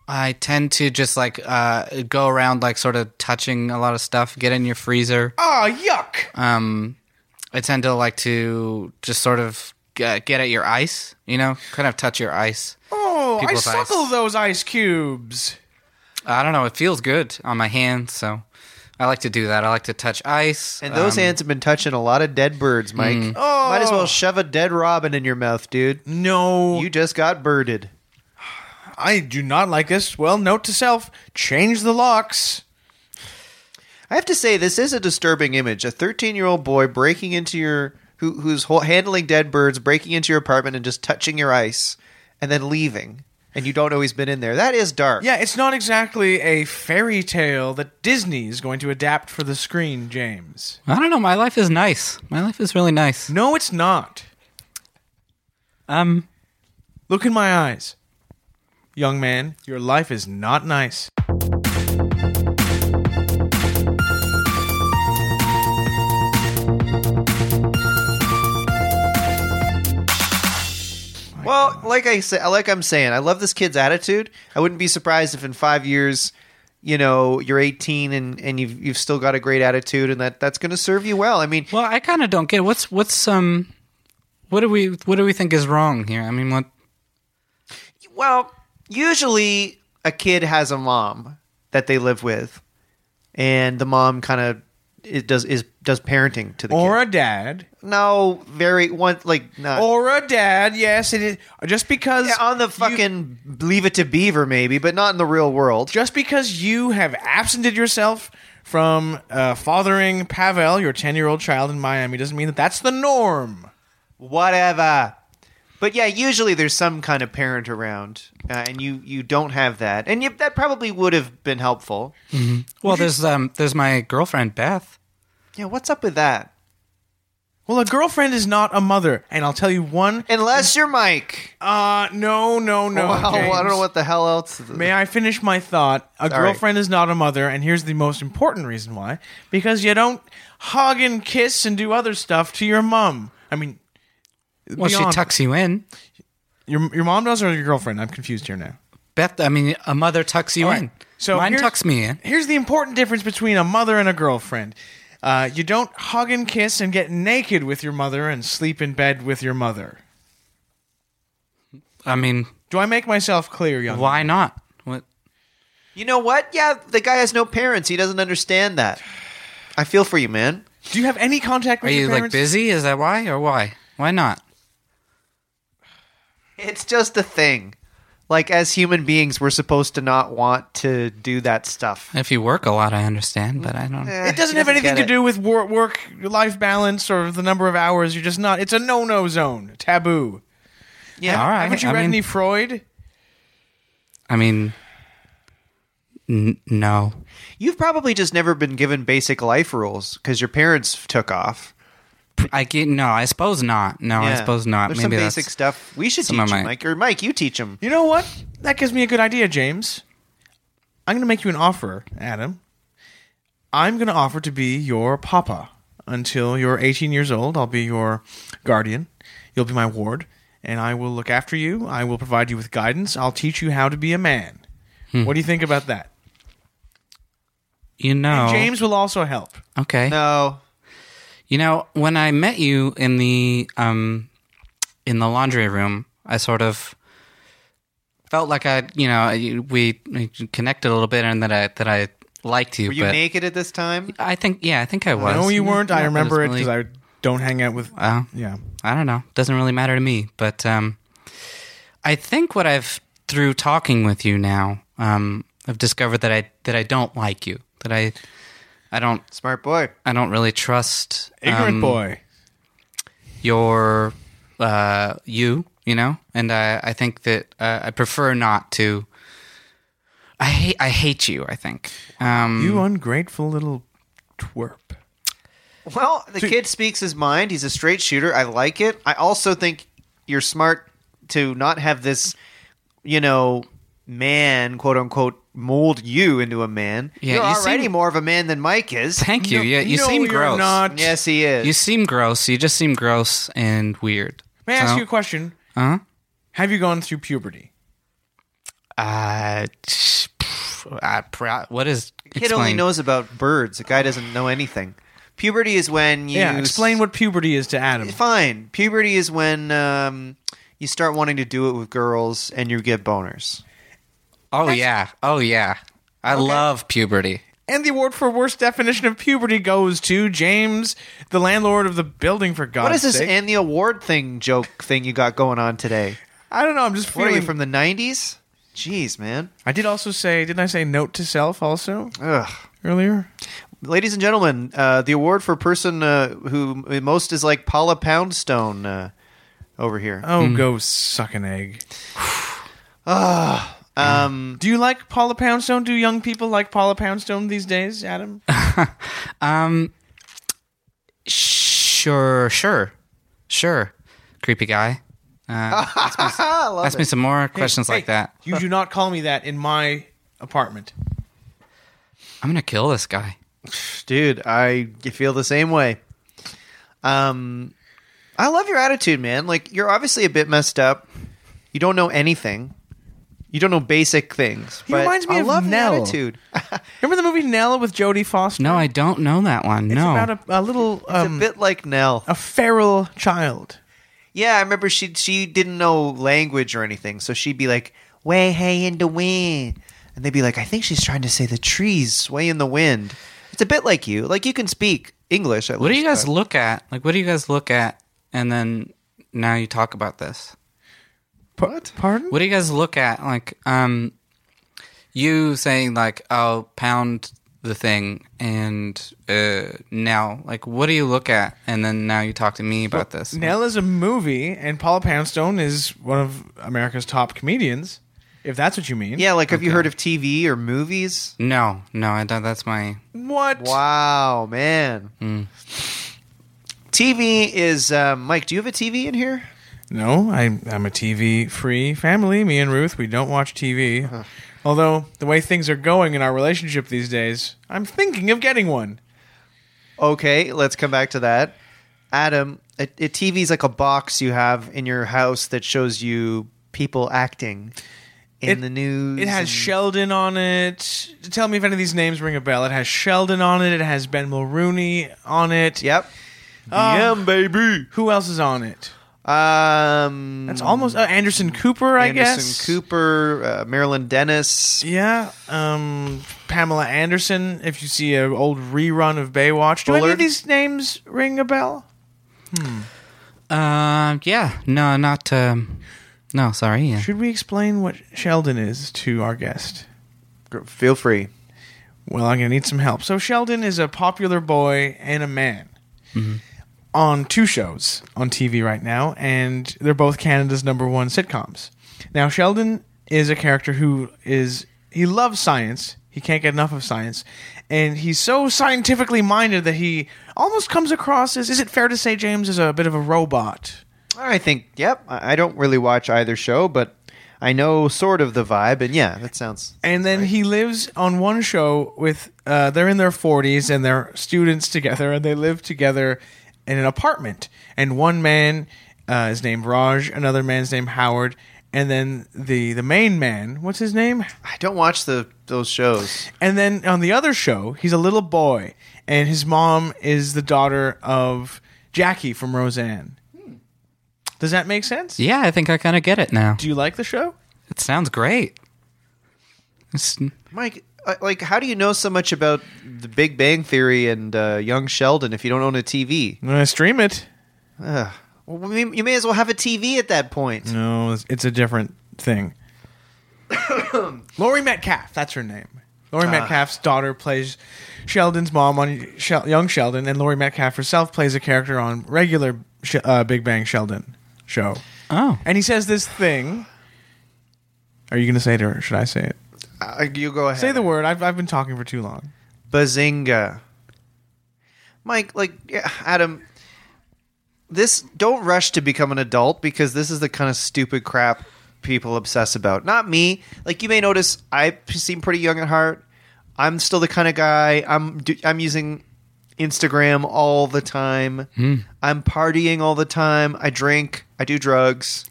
I tend to just like uh go around like sort of touching a lot of stuff. Get in your freezer. Ah, yuck. Um, I tend to like to just sort of get, get at your ice. You know, kind of touch your ice. Oh, I People's ice. suckle those ice cubes. I don't know. It feels good on my hands, so I like to do that. I like to touch ice. And those um, hands have been touching a lot of dead birds, Mike. Oh. Might as well shove a dead robin in your mouth, dude. No, You just got birded. I do not like this. Well, note to self: change the locks. I have to say, this is a disturbing image. A 13 year old boy breaking into your, who, who's ho- handling dead birds, breaking into your apartment and just touching your ice and then leaving. And you don't know he's been in there. That is dark. Yeah, it's not exactly a fairy tale that Disney is going to adapt for the screen, James. I don't know. My life is nice. My life is really nice. No, it's not. Um, Look in my eyes. Young man, your life is not nice. Well, like I said, like I'm saying, I love this kid's attitude. I wouldn't be surprised if in five years, you know, you're 18 and, and you've, you've still got a great attitude and that, that's going to serve you well. I mean, well, I kind of don't get it. what's what's um, what do we what do we think is wrong here? I mean, what? Well, usually a kid has a mom that they live with, and the mom kind of it does is does parenting to the Or kid. a dad. No, very one like not. Or a dad, yes, it is. Just because. Yeah, on the you- fucking leave it to beaver maybe but not in the real world just because you have absented yourself from uh, fathering Pavel, your 10 year old child in Miami, doesn't mean that that's the norm. whatever but yeah usually there's some kind of parent around uh, and you you don't have that and you, that probably would have been helpful Well, there's um, there's my girlfriend Beth. yeah what's up with that Well, a girlfriend is not a mother, and I'll tell you one. unless you're mike Uh, no, no, no. well, i don't know James. what the hell else May I finish my thought? A Sorry. girlfriend is not a mother, and here's the most important reason why: because you don't hug and kiss and do other stuff to your mom. I mean, Well, beyond- she tucks you in. your your mom does or your girlfriend? I'm confused here now. Beth, I mean, a mother tucks you in. So mine here's- Mm. tucks me in. Here's the important difference between a mother and a girlfriend. Uh, you don't hug and kiss and get naked with your mother and sleep in bed with your mother. I mean, Do I make myself clear, young? why not? What? You know what? Yeah, the guy has no parents. He doesn't understand that. I feel for you, man. Do you have any contact Are with you your like parents? busy? Is that why or why? Why not? It's just a thing. Like as human beings, we're supposed to not want to do that stuff. If you work a lot, I understand, but I don't. Eh, It doesn't he have anything get to it. do with wor- work life balance or the number of hours. You're just not. It's a no no zone, taboo. Yeah. All right. Haven't you I read mean- any Freud? I mean, n- no. You've probably just never been given basic life rules because your parents took off. I get no. I suppose not. No, I Yeah. suppose not. There's Maybe some that's basic stuff we should teach some of 'em, my- Mike. Or Mike, you teach them. You know what? That gives me a good idea, James. I'm going to make you an offer, Adam. I'm going to offer to be your papa until you're 18 years old. I'll be your guardian. You'll be my ward, and I will look after you. I will provide you with guidance. I'll teach you how to be a man. Hmm. What do you think about that? you know. James will also help. Okay. No, You know, when I met you in the um in the laundry room, I sort of felt like I, you know, I- we we connected a little bit, and that I that I liked you. were you but naked at this time? I think, yeah, I think I was. No, you weren't. I Not that remember it it's because really- I don't hang out with. Wow. Yeah. I don't know. Doesn't really matter to me. But um, I think what I've through talking with you now, um, I've discovered that I that I don't like you. That I I don't Smart boy. I don't really trust Ignorant um, boy. your uh, you. You know, and I I think that uh, I prefer not to. I hate I hate you. I think. Um, You ungrateful little twerp. Well, the kid speaks his mind. He's a straight shooter. I like it. I also think you're smart to not have this, you know, man, quote unquote, mold you into a man. Yeah, you're you already seem- more of a man than Mike is. thank you. yeah, you no, seem you're gross. not. Yes, he is. You seem gross. You just seem gross and weird. May I ask So- uh-huh. you a question? Huh? Have you gone through puberty? Uh, tsh, pff, I pro- what is kid only explain. knows about birds. The guy doesn't know anything. Puberty is when you Yeah, explain what puberty is to Adam. Fine. Puberty is when um, you start wanting to do it with girls and you get boners. Oh yeah, oh yeah. I love puberty. And the award for worst definition of puberty goes to James, the landlord of the building. For God's What is this sake, and the award thing joke thing you got going on today? I don't know. I'm just What are feeling. you from the '90s? Jeez, man. I did also say, didn't I say note to self also Ugh. earlier? Ladies and gentlemen, uh, the award for person uh, who most is like Paula Poundstone uh, over here. Oh, go suck an egg. Um, Do you like Paula Poundstone? Do young people like Paula Poundstone these days, Adam? Um, sure, sure, sure. Creepy guy. Uh, ah, I love ask me some more questions like Hey, that. You do not call me that in my apartment. I'm gonna kill this guy. it. dude. I feel the same way. Um, I love your attitude, man. Like you're obviously a bit messed up. You don't know anything. You don't know basic things. He but reminds me I of love your Nell. attitude. Remember the movie Nell with Jodie Foster? No, I don't know that one. It's no. about a, a little, it's um, a bit like Nell. a feral child. Yeah, I remember she she didn't know language or anything, so she'd be like, "Way hey in the wind," and they'd be like, "I think she's trying to say the trees sway in the wind." It's a bit like you, like you can speak English. At what do least, you guys but- look at? Like, what do you guys look at? And then now you talk about this. What? Pardon? What do you guys look at? Like, um, you saying like, "Oh, pound the thing," and uh, now, like, what do you look at? And then now you talk to me about this. Nell is a movie, and Paula Poundstone is one of America's top comedians, if that's what you mean. Yeah, like have you heard of TV or movies? No, no, I don't, that's my. What? Wow, man. Mm. TV is uh, Mike. Do you have a TV in here? No, I, I'm a TV free family. Me and Ruth, we don't watch TV. Although, the way things are going in our relationship these days, I'm thinking of getting one. Okay, let's come back to that. Adam, a, a TV is like a box you have in your house that shows you people acting in It- the news. It has and- Sheldon on it. Tell me if any of these names ring a bell. It has Sheldon on it. It has Ben Mulrooney on it. Yep. Um, yeah, baby. Who else is on it? Um, That's almost uh, Anderson Cooper, I Anderson guess. Cooper, uh, Marilyn Dennis. Yeah, um, Pamela Anderson. If you see an old rerun of Baywatch, do any of Bullard. these names ring a bell? Um, yeah, no, not. Um, no, sorry. Yeah. Should we explain what Sheldon is to our guest? Gr- Feel free. Well, I'm going to need some help. So Sheldon is a popular boy and a man on two shows on TV right now, and they're both Canada's number one sitcoms. Now Sheldon is a character who is he loves science. He can't get enough of science, and he's so scientifically minded that he almost comes across as. Is it fair to say James is a bit of a robot? I think, yep. I I don't really watch either show, but I know sort of the vibe. And yeah, that sounds. And then he lives on one show with uh, they're in their forties and they're students together and they live together in an apartment. And one man uh, is named Raj, another man's named Howard, and then the the main man, what's his name? I don't watch the those shows. And then on the other show, he's a little boy and his mom is the daughter of Jackie from Roseanne. Does that make sense? Yeah, I think I kind of get it now. Do you like the show? It sounds great. It's- Mike, uh, like, how do you know so much about the Big Bang Theory and uh, Young Sheldon if you don't own a TV? I'm gonna stream it. Ugh. Well, we- you may as well have a TV at that point. No, it's, it's a different thing. Lori Metcalf, that's her name. Lori Metcalf's daughter plays Sheldon's mom on Shel- Young Sheldon, and Lori Metcalf herself plays a character on regular Sh- uh, Big Bang Sheldon show. oh, And he says this thing. Are you going to say it or should I say it? Uh, you go ahead. Say the word. I've, I've been talking for too long. Bazinga. Mike, like yeah, Adam, this don't rush to become an adult because this is the kind of stupid crap people obsess about. Not me. Like you may notice, I p- seem pretty young at heart. I'm still the kind of guy. I'm do, I'm using Instagram all the time. I'm partying all the time. I drink. I do drugs.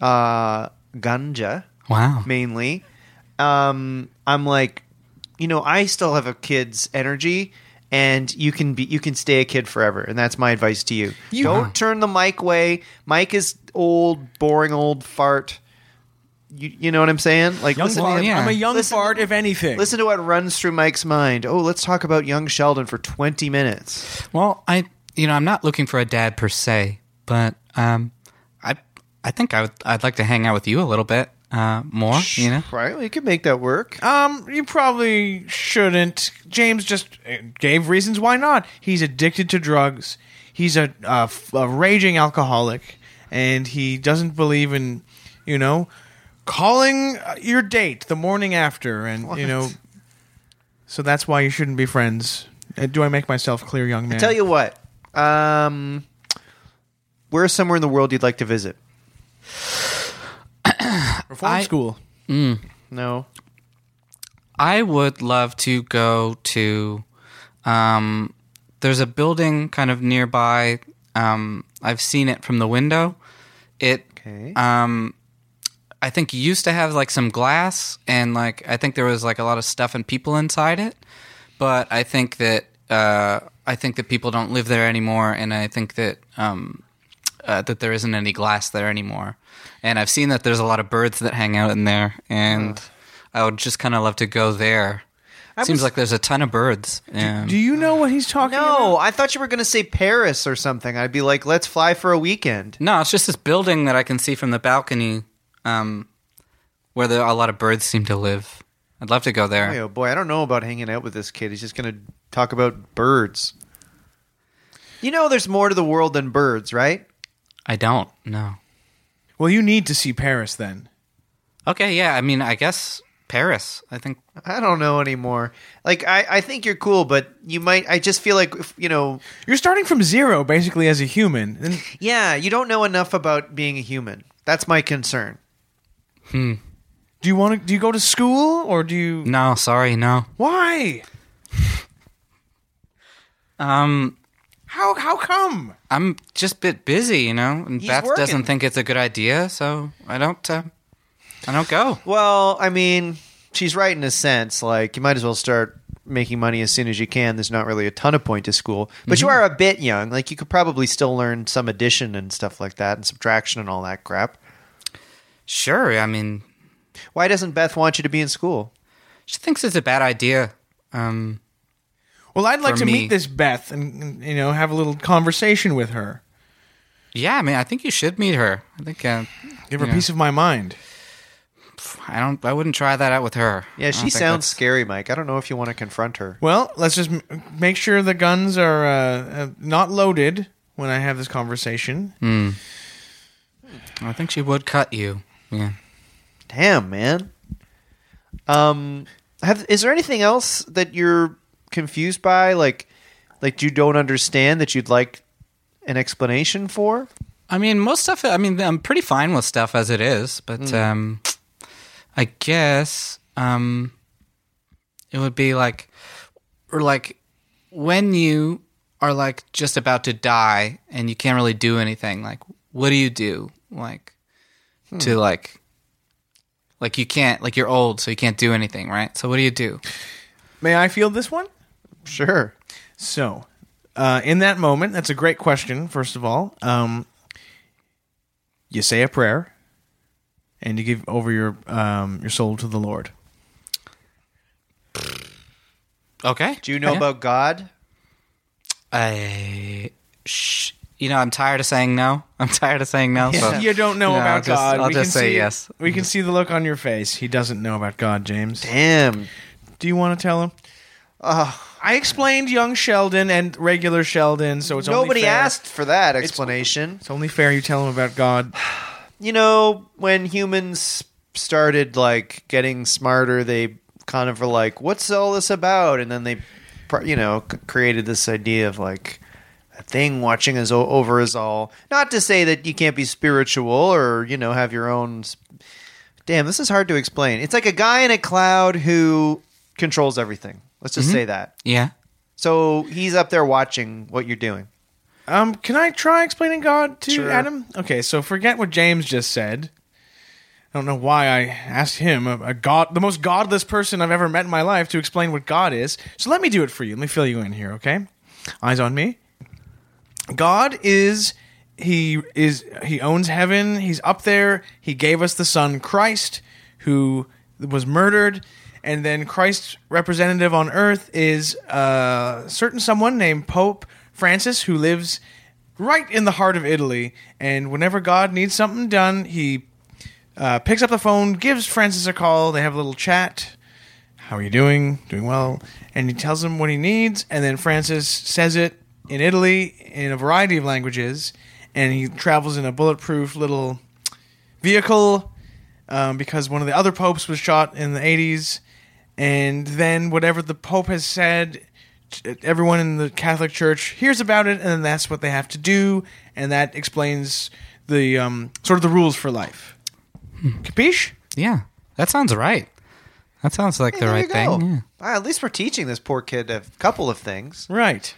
Uh, ganja wow. mainly. Um, I'm like, you know, I still have a kid's energy, and you can be, you can stay a kid forever, and that's my advice to you. Don't turn the mic way. Mike is old, boring, old fart. You, you know what I'm saying? Like, Young listen, fart. yeah. I'm a young Listen- fart, if anything. listen to what runs through Mike's mind. Oh, let's talk about young Sheldon for 20 minutes. Well, I you know I'm not looking for a dad per se, but um, I I think I would I'd like to hang out with you a little bit uh, more. You know, right? We can make that work. Um, you probably shouldn't. James just uh, gave reasons why not. He's addicted to drugs. He's a, a f- a raging alcoholic, and he doesn't believe in, you know, calling uh, your date the morning after, and you know. What? So that's why you shouldn't be friends. Uh, do I make myself clear, young man? Tell you what. Um, where's somewhere in the world you'd like to visit? reform I- school. No. I would love to go to. Um, there's a building kind of nearby. Um, I've seen it from the window. It Okay. um I think used to have like some glass and like I think there was like a lot of stuff and people inside it. But I think that uh I think that people don't live there anymore and I think that um uh, that there isn't any glass there anymore. And I've seen that there's a lot of birds that hang out in there and I would just kind of love to go there. Seems was- like there's a ton of birds. And Do you know what he's talking about? No, I thought you were going to say Paris or something. I'd be like, let's fly for a weekend. No, it's just this building that I can see from the balcony, um, where there, a lot of birds seem to live. I'd love to go there. Boy, oh boy, I don't know about hanging out with this kid. He's just going to talk about birds. You know, there's more to the world than birds, right? I don't. No. Well, you need to see Paris then. Okay. Yeah. I mean, I guess Paris. I think. I don't know anymore. Like, I, I think you're cool, but you might. I just feel like, if, you know, You're starting from zero basically as a human. And yeah, you don't know enough about being a human. That's my concern. do you want to? Do you go to school or do you? No. Sorry. No. Why? Um, How how come? I'm just a bit busy, you know. And He's Beth working. doesn't think it's a good idea, so I don't. Uh, I don't go. Well, I mean, she's right in a sense. Like, you might as well start making money as soon as you can. There's not really a ton of point to school, but Mm-hmm. you are a bit young. Like, you could probably still learn some addition and stuff like that, and subtraction and all that crap. Sure. I mean, Why doesn't Beth want you to be in school? she thinks it's a bad idea. Um, Well, I'd like For to me. meet this Beth and, and, you know have a little conversation with her. yeah. I mean, I think you should meet her. I think. Uh, Give her Yeah. a piece of my mind. I don't. I wouldn't try that out with her. I Yeah, don't she think sounds that's- scary, Mike. I don't know if you want to confront her. Well, let's just m- make sure the guns are uh, uh, not loaded when I have this conversation. I think she would cut you. Yeah. Damn, man. Um, have is there anything else that you're confused by, like, like you don't understand that you'd like an explanation for? I mean, most stuff. I mean, I'm pretty fine with stuff as it is, but um, I guess um, it would be like, or like when you are like just about to die and you can't really do anything. Like, what do you do? Like to like, like you can't like you're old, so you can't do anything, right? So what do you do? May I field this one? Sure. So, uh, in that moment, that's a great question, first of all. Um, you say a prayer and you give over your, um, your soul to the Lord. Okay. Do you know Yeah. about God? I, sh- Uh, you know, I'm tired of saying no. I'm tired of saying no. So. You don't know No, about I'll just- God. I'll we just can say see, yes. We can see the look on your face. He doesn't know about God, James. Damn. Do you want to tell him? I explained young Sheldon and regular Sheldon, so it's only Nobody fair- asked for that explanation. It's only fair you tell him about God. you know, when humans started like getting smarter, they kind of were like, "What's all this about?" And then they, pr- you know, c- created this idea of like a thing watching us o- over us all. Not to say that you can't be spiritual or you know have your own. s- Damn, this is hard to explain. It's like a guy in a cloud who controls everything. Let's just say that. Yeah. So he's up there watching what you're doing. Um, can I try explaining God to Sure. Adam? Okay, so forget what James just said. I don't know why I asked him, a, a god, the most godless person I've ever met in my life, to explain what God is. So let me do it for you. Let me fill you in here, okay? Eyes on me. God is he is he owns heaven. He's up there. He gave us the son Christ who was murdered and then Christ's representative on earth is a certain someone named Pope Francis who lives right in the heart of Italy and whenever God needs something done, he uh, picks up the phone, gives Francis a call. They have a little chat. How are you doing? Doing well. And he tells him what he needs, and then Francis says it in Italy in a variety of languages. And he travels in a bulletproof little vehicle um, because one of the other popes was shot in the 80s. And then whatever the pope has said, t- everyone in the Catholic Church hears about it, and then that's what they have to do. And that explains the um, sort of the rules for life. Capiche? Yeah, that sounds right. That sounds like Hey, the there you right go. thing. Yeah. Wow, at least we're teaching this poor kid a couple of things. Right.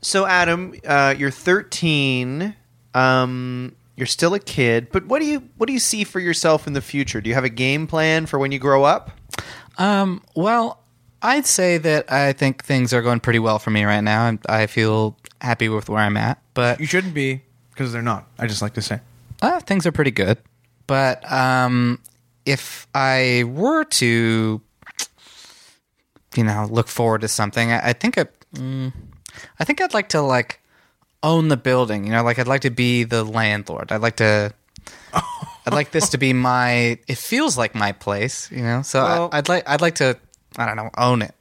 So, Adam, uh, you're 13. Um, you're still a kid, but what do you what do you see for yourself in the future? Do you have a game plan for when you grow up? Um, well, I'd say that I think things are going pretty well for me right now. and I feel happy with where I'm at, but You shouldn't be because they're not. I just like to say. uh, things are pretty good. But um, if I were to, you know, look forward to something, I, I think I, mm, I think I'd like to like own the building. You know, like I'd like to be the landlord. I'd like to. I'd like this to be my. It feels like my place, you know. So Well- I, I'd like. I'd like to. I don't know. Own it.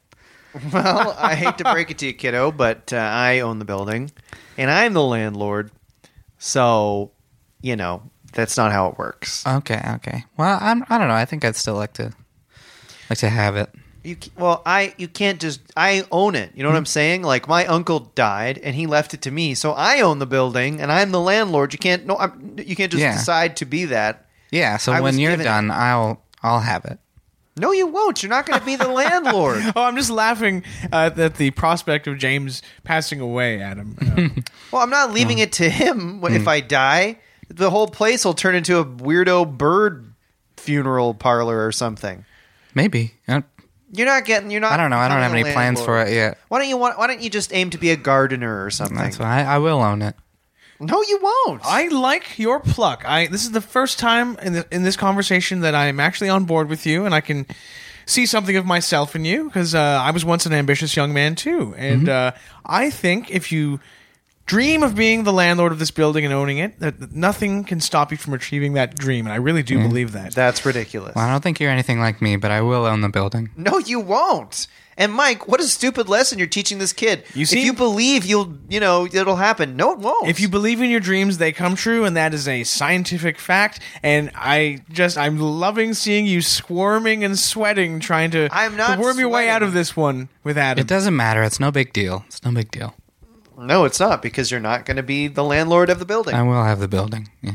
Well, I hate to break it to you, kiddo, but uh, I own the building, and I'm the landlord. So, you know that's not how it works. Okay, okay. Well, I'm, I don't know. I think I'd still like to like to have it. You c- well, I you can't just I own it. You know Mm-hmm. what I'm saying? Like my uncle died and he left it to me, so I own the building and I'm the landlord. You can't no, I'm, you can't just Yeah. decide to be that. Yeah. So I was when you're given it. done, I'll I'll have it. No, you won't. You're not going to be the landlord. Oh, I'm just laughing uh, at the prospect of James passing away, Adam. Um, Well, I'm not Oh. leaving it to him wh- Mm. if I die. The whole place will turn into a weirdo bird funeral parlor or something. Maybe. I don't, You're not getting. You're not. I don't know. I don't have any plans for it yet. Why don't you want? Why don't you just aim to be a gardener or something? That's why I, I will own it. No, you won't. I like your pluck. I this is the first time in the, in this conversation that I am actually on board with you, and I can see something of myself in you because uh, I was once an ambitious young man too, and uh, I think if you dream of being the landlord of this building and owning it, that that nothing can stop you from achieving that dream. And I really do believe that. That's ridiculous. Well, I don't think you're anything like me, but I will own the building. No, you won't. And Mike, what a stupid lesson you're teaching this kid. You if see- you believe you'll, you know, it'll happen. No, it won't. If you believe in your dreams, they come true, and that is a scientific fact. And I just, I'm loving seeing you squirming and sweating, trying to I'm not to worm your way sweating. out of this one with Adam. It doesn't matter. It's no big deal. It's no big deal. no, it's not because you're not going to be the landlord of the building. I will have the building. Yeah.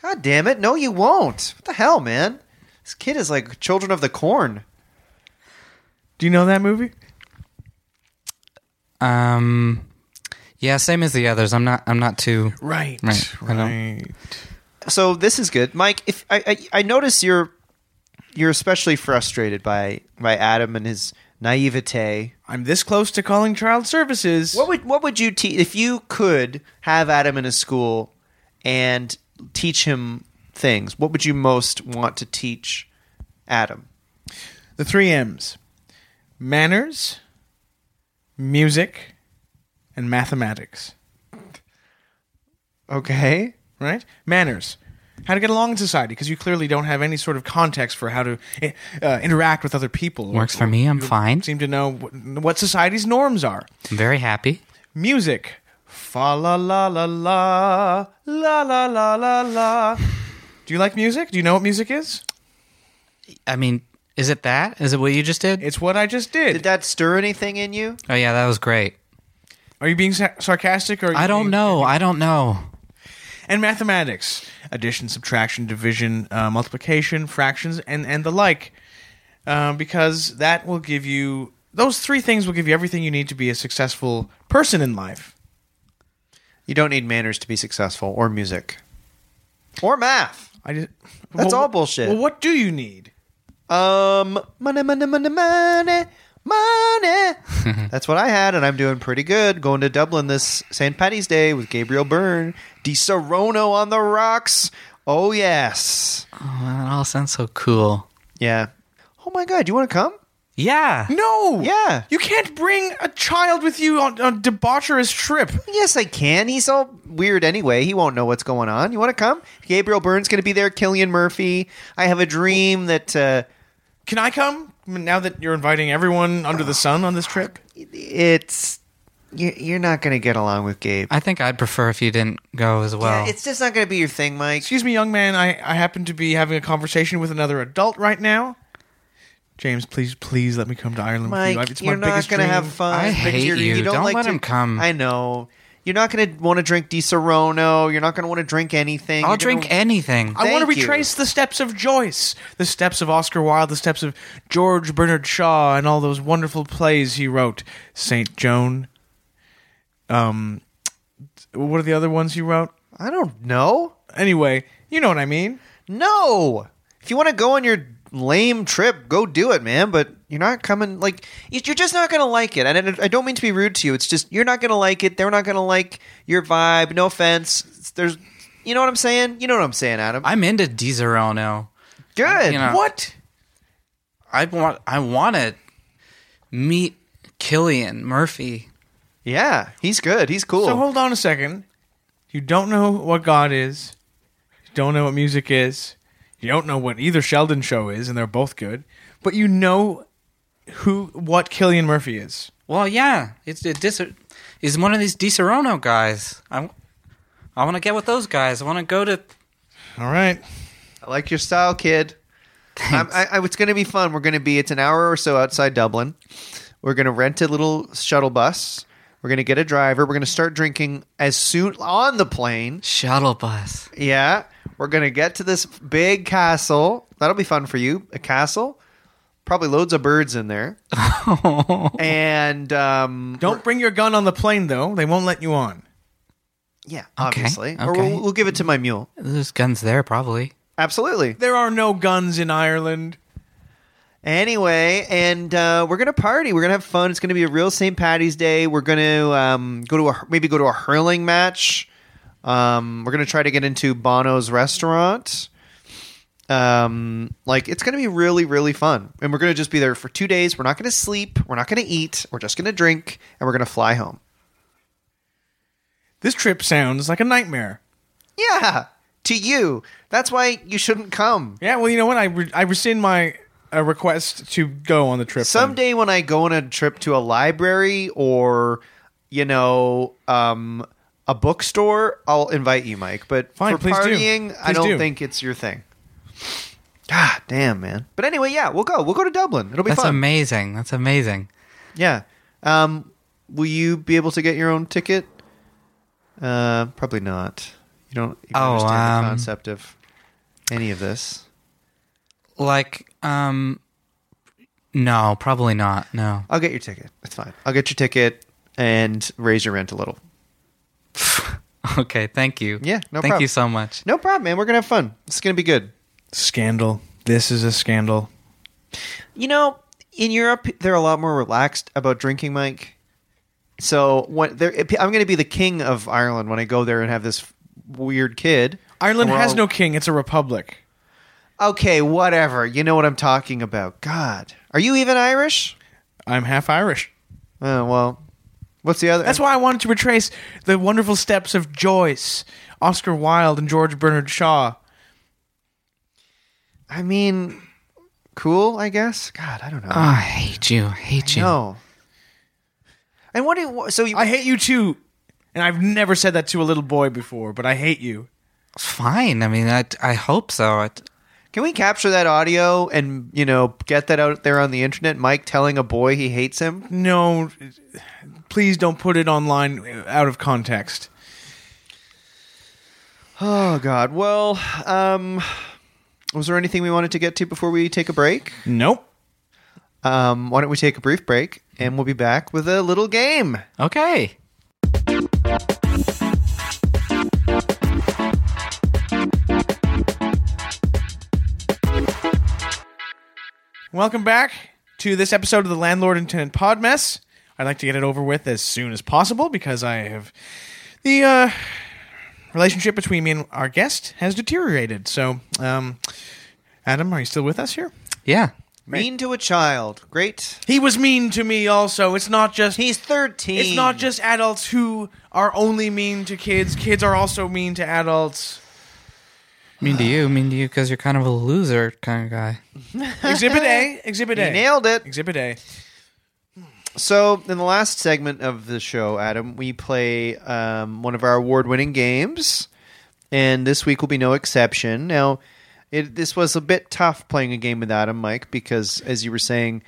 God damn it! No, you won't. What the hell, man? This kid is like children of the corn. Do you know that movie? Um, yeah, same as the others. I'm not. I'm not too. Right, Right. I don't- So this is good, Mike. If I, I, I notice you're you're especially frustrated by by Adam and his naivete. I'm this close to calling child services. What would what would you teach if you could have Adam in a school and teach him things? What would you most want to teach Adam? The three M's: manners, music, and mathematics. Okay. right? Manners. How to get along in society because you clearly don't have any sort of context for how to uh, interact with other people. Works for me. I'm You fine. Seem to know what, what society's norms are. I'm very happy. Music. Fa la la la la la la la la la. Do you like music? Do you know what music is? I mean, is it that? Is it what you just did? It's what I just did. Did that stir anything in you? oh yeah, that was great. Are you being sa- sarcastic or? Are you I don't being- know. I don't know. and mathematics addition subtraction division uh, multiplication fractions and and the like uh, because that will give you those three things will give you everything you need to be a successful person in life You don't need manners to be successful or music or math. i just That's all bullshit. well what do you need Um, money, money, money, money, money. That's what I had, and I'm doing pretty good. Going to Dublin this St. Patty's Day with Gabriel Byrne, Di Serono on the rocks. Oh yes, Oh, that all sounds so cool. yeah. Oh my God, you want to come? Yeah. no Yeah. you can't bring a child with you on on a debaucherous trip Yes, I can. He's all weird anyway. He won't know what's going on. You want to come? Gabriel Byrne's going to be there. Killian Murphy. I have a dream that uh, can i come now that you're inviting everyone under the sun on this trip it's you- you're not going to get along with Gabe. I think I'd prefer if you didn't go as well. Yeah, it's just not going to be your thing, Mike. Excuse me, young man. I, I happen to be having a conversation with another adult right now. James, please, please let me come to Ireland Mike, with you. It's you're my not biggest going to dream. have fun. I But hate you're- you. don't Don't like let to- him come. I know. You're not going to want to drink Di Serono. You're not going to want to drink anything. I'll You're drink Gonna... anything. I want to Thank you. retrace the steps of Joyce, the steps of Oscar Wilde, the steps of George Bernard Shaw, and all those wonderful plays he wrote. Saint Joan. Um, what are the other ones he wrote? I don't know. Anyway, you know what I mean. No. If you want to go on your lame trip, go do it, man. But you're not coming. Like you- you're just not going to like it. And I I don't mean to be rude to you. It's just you're not going to like it. They're not going to like your vibe. No offense. It's- There's. You know what I'm saying? You know what I'm saying, Adam. I'm into DiZerono. Good. you know, Uh, what? I want. I want to meet Killian Murphy. Yeah, he's good. He's cool. So hold on a second. You don't know what God is. You don't know what music is. You don't know what either Sheldon show is, and they're both good. But you know who what Killian Murphy is. Well, yeah, it's it dis- is one of these DiSerono guys. I, I want to get with those guys. I want to go to. All right. I like your style, kid. I'm, I, I, it's going to be fun. We're going to be, it's an hour or so outside Dublin. We're going to rent a little shuttle bus. We're going to get a driver. We're going to start drinking as soon on the plane. Shuttle bus. Yeah. We're going to get to this big castle. That'll be fun for you. A castle. Probably loads of birds in there. and, um, Don't bring your gun on the plane though. They won't let you on. yeah, obviously. Or okay. we'll, we'll give it to my mule. There's guns there, probably. Absolutely. There are no guns in Ireland. Anyway, and uh, we're gonna party. We're gonna have fun. It's gonna be a real St. Patty's Day. We're gonna um, go to a maybe go to a hurling match. Um, we're gonna try to get into Bono's restaurant. Um, like it's gonna be really really fun, and we're gonna just be there for two days. We're not gonna sleep. We're not gonna eat. We're just gonna drink, and we're gonna fly home. This trip sounds like a nightmare. Yeah, to you. That's why you shouldn't come. Yeah, well, you know what? I, re- I rescind my uh, request to go on the trip. then. Someday when I go on a trip to a library or, you know, um, a bookstore, I'll invite you, Mike. But Fine, for please do. partying, I Please don't do. think it's your thing. Ah, damn, man. But anyway, yeah, we'll go. We'll go to Dublin. It'll be That's fun. amazing. That's amazing. yeah. Um, will you be able to get your own ticket? Uh, probably not. You don't even Oh, understand the um, concept of any of this. Like, um, no, probably not. No. I'll get your ticket. It's fine. I'll get your ticket and raise your rent a little. Okay, thank you. Yeah, no Thank problem. you so much. No problem, man. We're gonna have fun. It's gonna be good. Scandal. This is a scandal. You know, in Europe, they're a lot more relaxed about drinking, Mike. So when they're, I'm going to be the king of Ireland when I go there and have this weird kid. Ireland And we're has all- no king. It's a republic. Okay, whatever. You know what I'm talking about. God, are you even Irish? I'm half Irish. Oh well, what's the other? That's why I wanted to retrace the wonderful steps of Joyce, Oscar Wilde, and George Bernard Shaw. I mean, cool. I guess. God, I don't know. Uh, Oh, I hate you. I hate you. no. And what do you? So you, I hate you too. And I've never said that to a little boy before, but I hate you. Fine. I mean, I, I hope so. It, Can we capture that audio and you know get that out there on the internet? Mike telling a boy he hates him. No, please don't put it online out of context. Oh God. Well, um, was there anything we wanted to get to before we take a break? Nope. Um, why don't we take a brief break and we'll be back with a little game. okay. Welcome back to this episode of the Landlord and Tenant Pod Mess. I'd like to get it over with as soon as possible because I have the uh, relationship between me and our guest has deteriorated. So, um, Adam, are you still with us here? Yeah. Mean to a child. Great. He was mean to me. Also, it's not just He's thirteen. it's not just adults who are only mean to kids. Kids are also mean to adults. Mean to you. Mean to you because you're kind of a loser kind of guy. Exhibit A. Exhibit He A. nailed it. Exhibit A. So, in the last segment of the show, Adam, we play um, one of our award winning games, and this week will be no exception. Now, it, this was a bit tough playing a game with Adam, Mike, because as you were saying,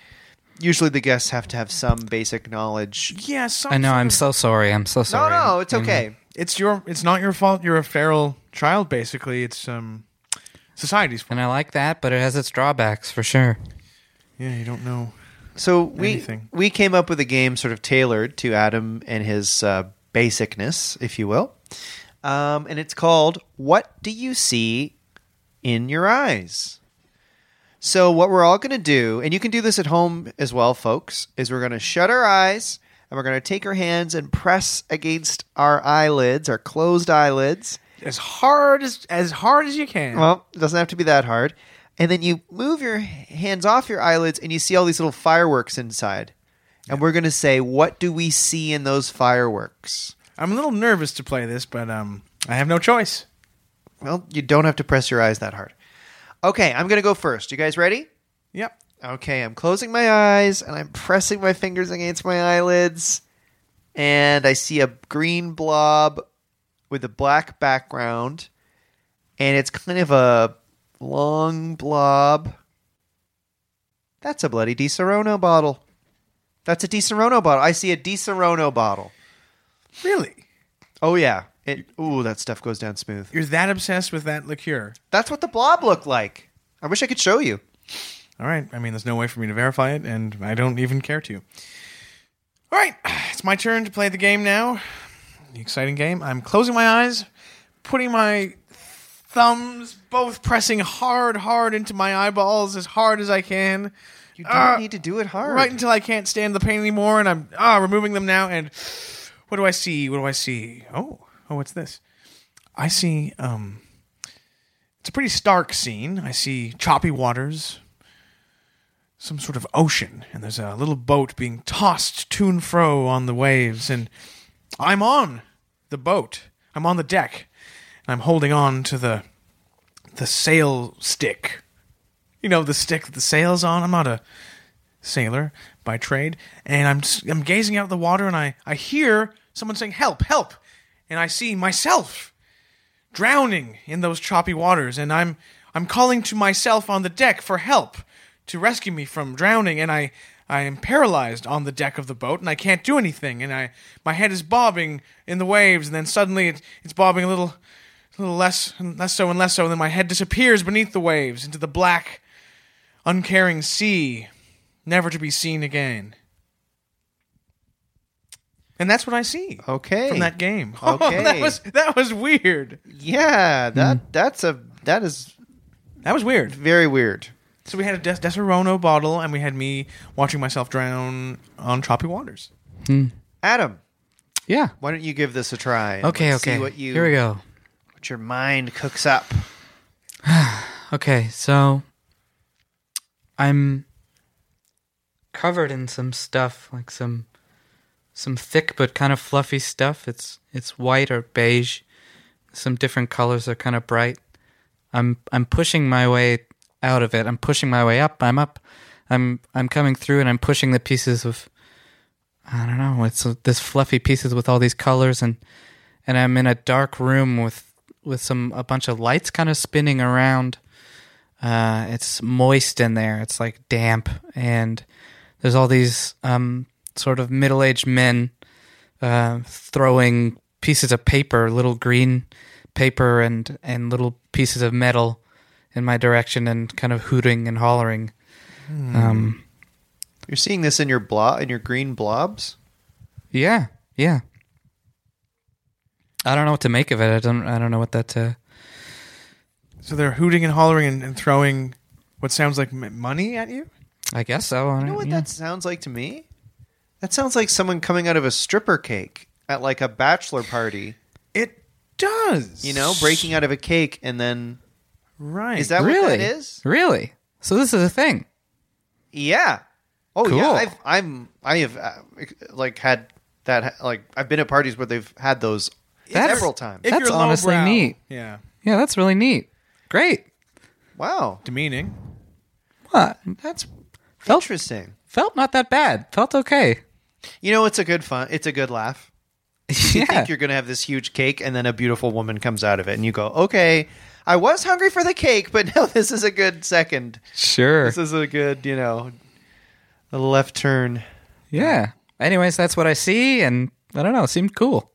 usually the guests have to have some basic knowledge. Yeah, some I know. sort I'm of- so sorry. I'm so No, sorry. no, it's I'm- okay. it's your it's not your fault you're a feral child basically it's um society's fault And I like that, but it has its drawbacks for sure. yeah you don't know So we Anything. we came up with a game sort of tailored to Adam and his uh, basicness, if you will, um, and it's called "What Do You See in Your Eyes." So what we're all going to do, and you can do this at home as well, folks, is we're going to shut our eyes and we're going to take our hands and press against our eyelids, our closed eyelids. as hard as as hard as you can Well, it doesn't have to be that hard. And then you move your hands off your eyelids and you see all these little fireworks inside. And we're going to say, what do we see in those fireworks? i'm a little nervous to play this but um i have no choice Well, you don't have to press your eyes that hard. Okay, I'm going to go first. You guys ready? yep Okay, I'm closing my eyes and I'm pressing my fingers against my eyelids. And I see a green blob with a black background. And it's kind of a long blob. That's a bloody Di Serono bottle. That's a Di Serono bottle. I see a Di Serono bottle. really Oh, yeah. It, ooh, that stuff goes down smooth. you're that obsessed with that liqueur That's what the blob looked like. I wish I could show you. all right i mean there's no way for me to verify it and i don't even care to all right it's my turn to play the game now the exciting game i'm closing my eyes putting my thumbs both pressing hard hard into my eyeballs as hard as i can You don't Ah, need to do it hard. Right until I can't stand the pain anymore, and I'm ah removing them now. And what do I see? What do I see? Oh, oh, what's this? I see. Um, it's a pretty stark scene. I see choppy waters, some sort of ocean, and there's a little boat being tossed to and fro on the waves. And I'm on. the boat. I'm on the deck, and I'm holding on to the the sail stick. You know, the stick that the sail's on. I'm not a sailor by trade, and I'm s- I'm gazing out at the water, and I I hear someone saying, "Help! Help!" And I see myself drowning in those choppy waters, and I'm I'm calling to myself on the deck for help to rescue me from drowning, and I I am paralyzed on the deck of the boat, and I can't do anything, and I my head is bobbing in the waves, and then suddenly it, it's bobbing a little a little less and less so and less so, and then my head disappears beneath the waves into the black, uncaring sea, never to be seen again. And that's what I see Okay. from that game. Oh, that Okay. was that was weird. Yeah, Hmm. that that's a that is That was weird. very weird. So we had a Des- Deserono bottle, and we had me watching myself drown on choppy waters. Adam, Yeah. why don't you give this a try? and Okay. let's okay. See what you Here we go. what your mind cooks up. Okay, so I'm covered in some stuff, like some some thick but kind of fluffy stuff. It's it's white or beige. Some different colors are kind of bright. I'm I'm pushing my way out of it. I'm pushing my way up. I'm up. I'm I'm coming through and I'm pushing the pieces of I don't know. It's uh, this fluffy pieces with all these colors and and I'm in a dark room with with some a bunch of lights kind of spinning around. Uh, it's moist in there. It's like damp, and there's all these um, sort of middle-aged men uh, throwing pieces of paper, little green paper, and and little pieces of metal in my direction, and kind of hooting and hollering. Um, You're seeing this in your blob in your green blobs. yeah, yeah. I don't know what to make of it. I don't. I don't know what that. Uh, So they're hooting and hollering and, and throwing what sounds like m- money at you. I guess so. You know what that sounds like to me? That sounds like someone coming out of a stripper cake at like a bachelor party. It does. You know, breaking out of a cake and then right. is that really what that is? Really? So this is a thing. Yeah. Oh yeah. Cool. I've I'm I have uh, like had that like I've been at parties where they've had those That's- several times. If That's you're honestly lowbrow- neat. Yeah, Yeah, that's really neat. Great. wow. demeaning. What? That's felt Interesting. felt not that bad. Felt okay. You know, it's a good fun. It's a good laugh. You think you're going to have this huge cake, and then a beautiful woman comes out of it, and you go, "Okay, I was hungry for the cake, but now this is a good second. sure. This is a good, you know, a left turn." Yeah. Anyways, that's what I see, and I don't know. It seemed cool.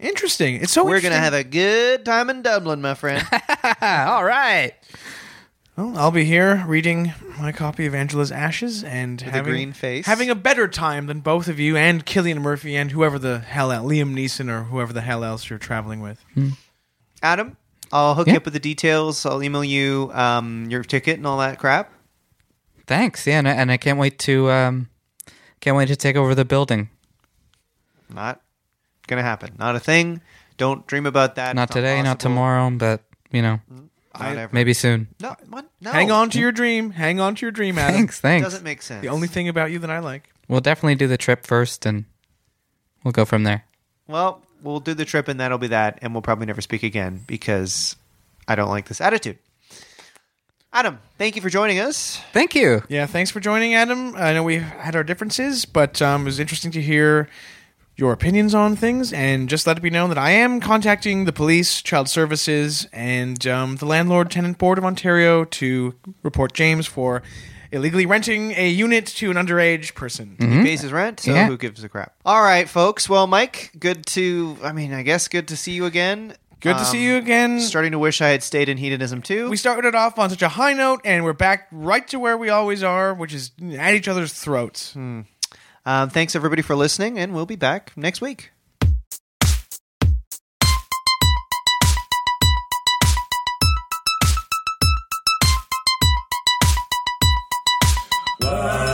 Interesting. It's so. We're going to interesting. have a good time in Dublin, my friend. all right. Well, I'll be here reading my copy of Angela's Ashes and having, green face. having a better time than both of you and Killian Murphy and whoever the hell el- Liam Neeson or whoever the hell else you're traveling with. Adam, I'll hook Yeah. you up with the details. I'll email you um, your ticket and all that crap. Thanks. Yeah, and I, and I can't wait to um, can't wait to take over the building. Not going to happen. Not a thing. Don't dream about that. Not It's today, not possible. tomorrow, but you know, Mm-hmm. Not ever. maybe soon. No, what? no. Hang on to your dream. Hang on to your dream, Adam. Thanks. It Thanks. doesn't make sense. The only thing about you that I like. We'll definitely do the trip first, and we'll go from there. Well, we'll do the trip and that'll be that, and we'll probably never speak again because I don't like this attitude. Adam, thank you for joining us. Thank you. Yeah, thanks for joining, Adam. I know we had our differences, but um, it was interesting to hear your opinions on things. And just let it be known that I am contacting the police, child services, and um, the Landlord Tenant Board of Ontario to report James for illegally renting a unit to an underage person. He pays his rent, so Yeah. who gives a crap? All right, folks. Well, Mike, good to, I mean, I guess good to see you again. Um, Good to see you again. Starting to wish I had stayed in hedonism too. we started off on such a high note, and we're back right to where we always are, which is at each other's throats. Um, thanks everybody for listening, and we'll be back next week. La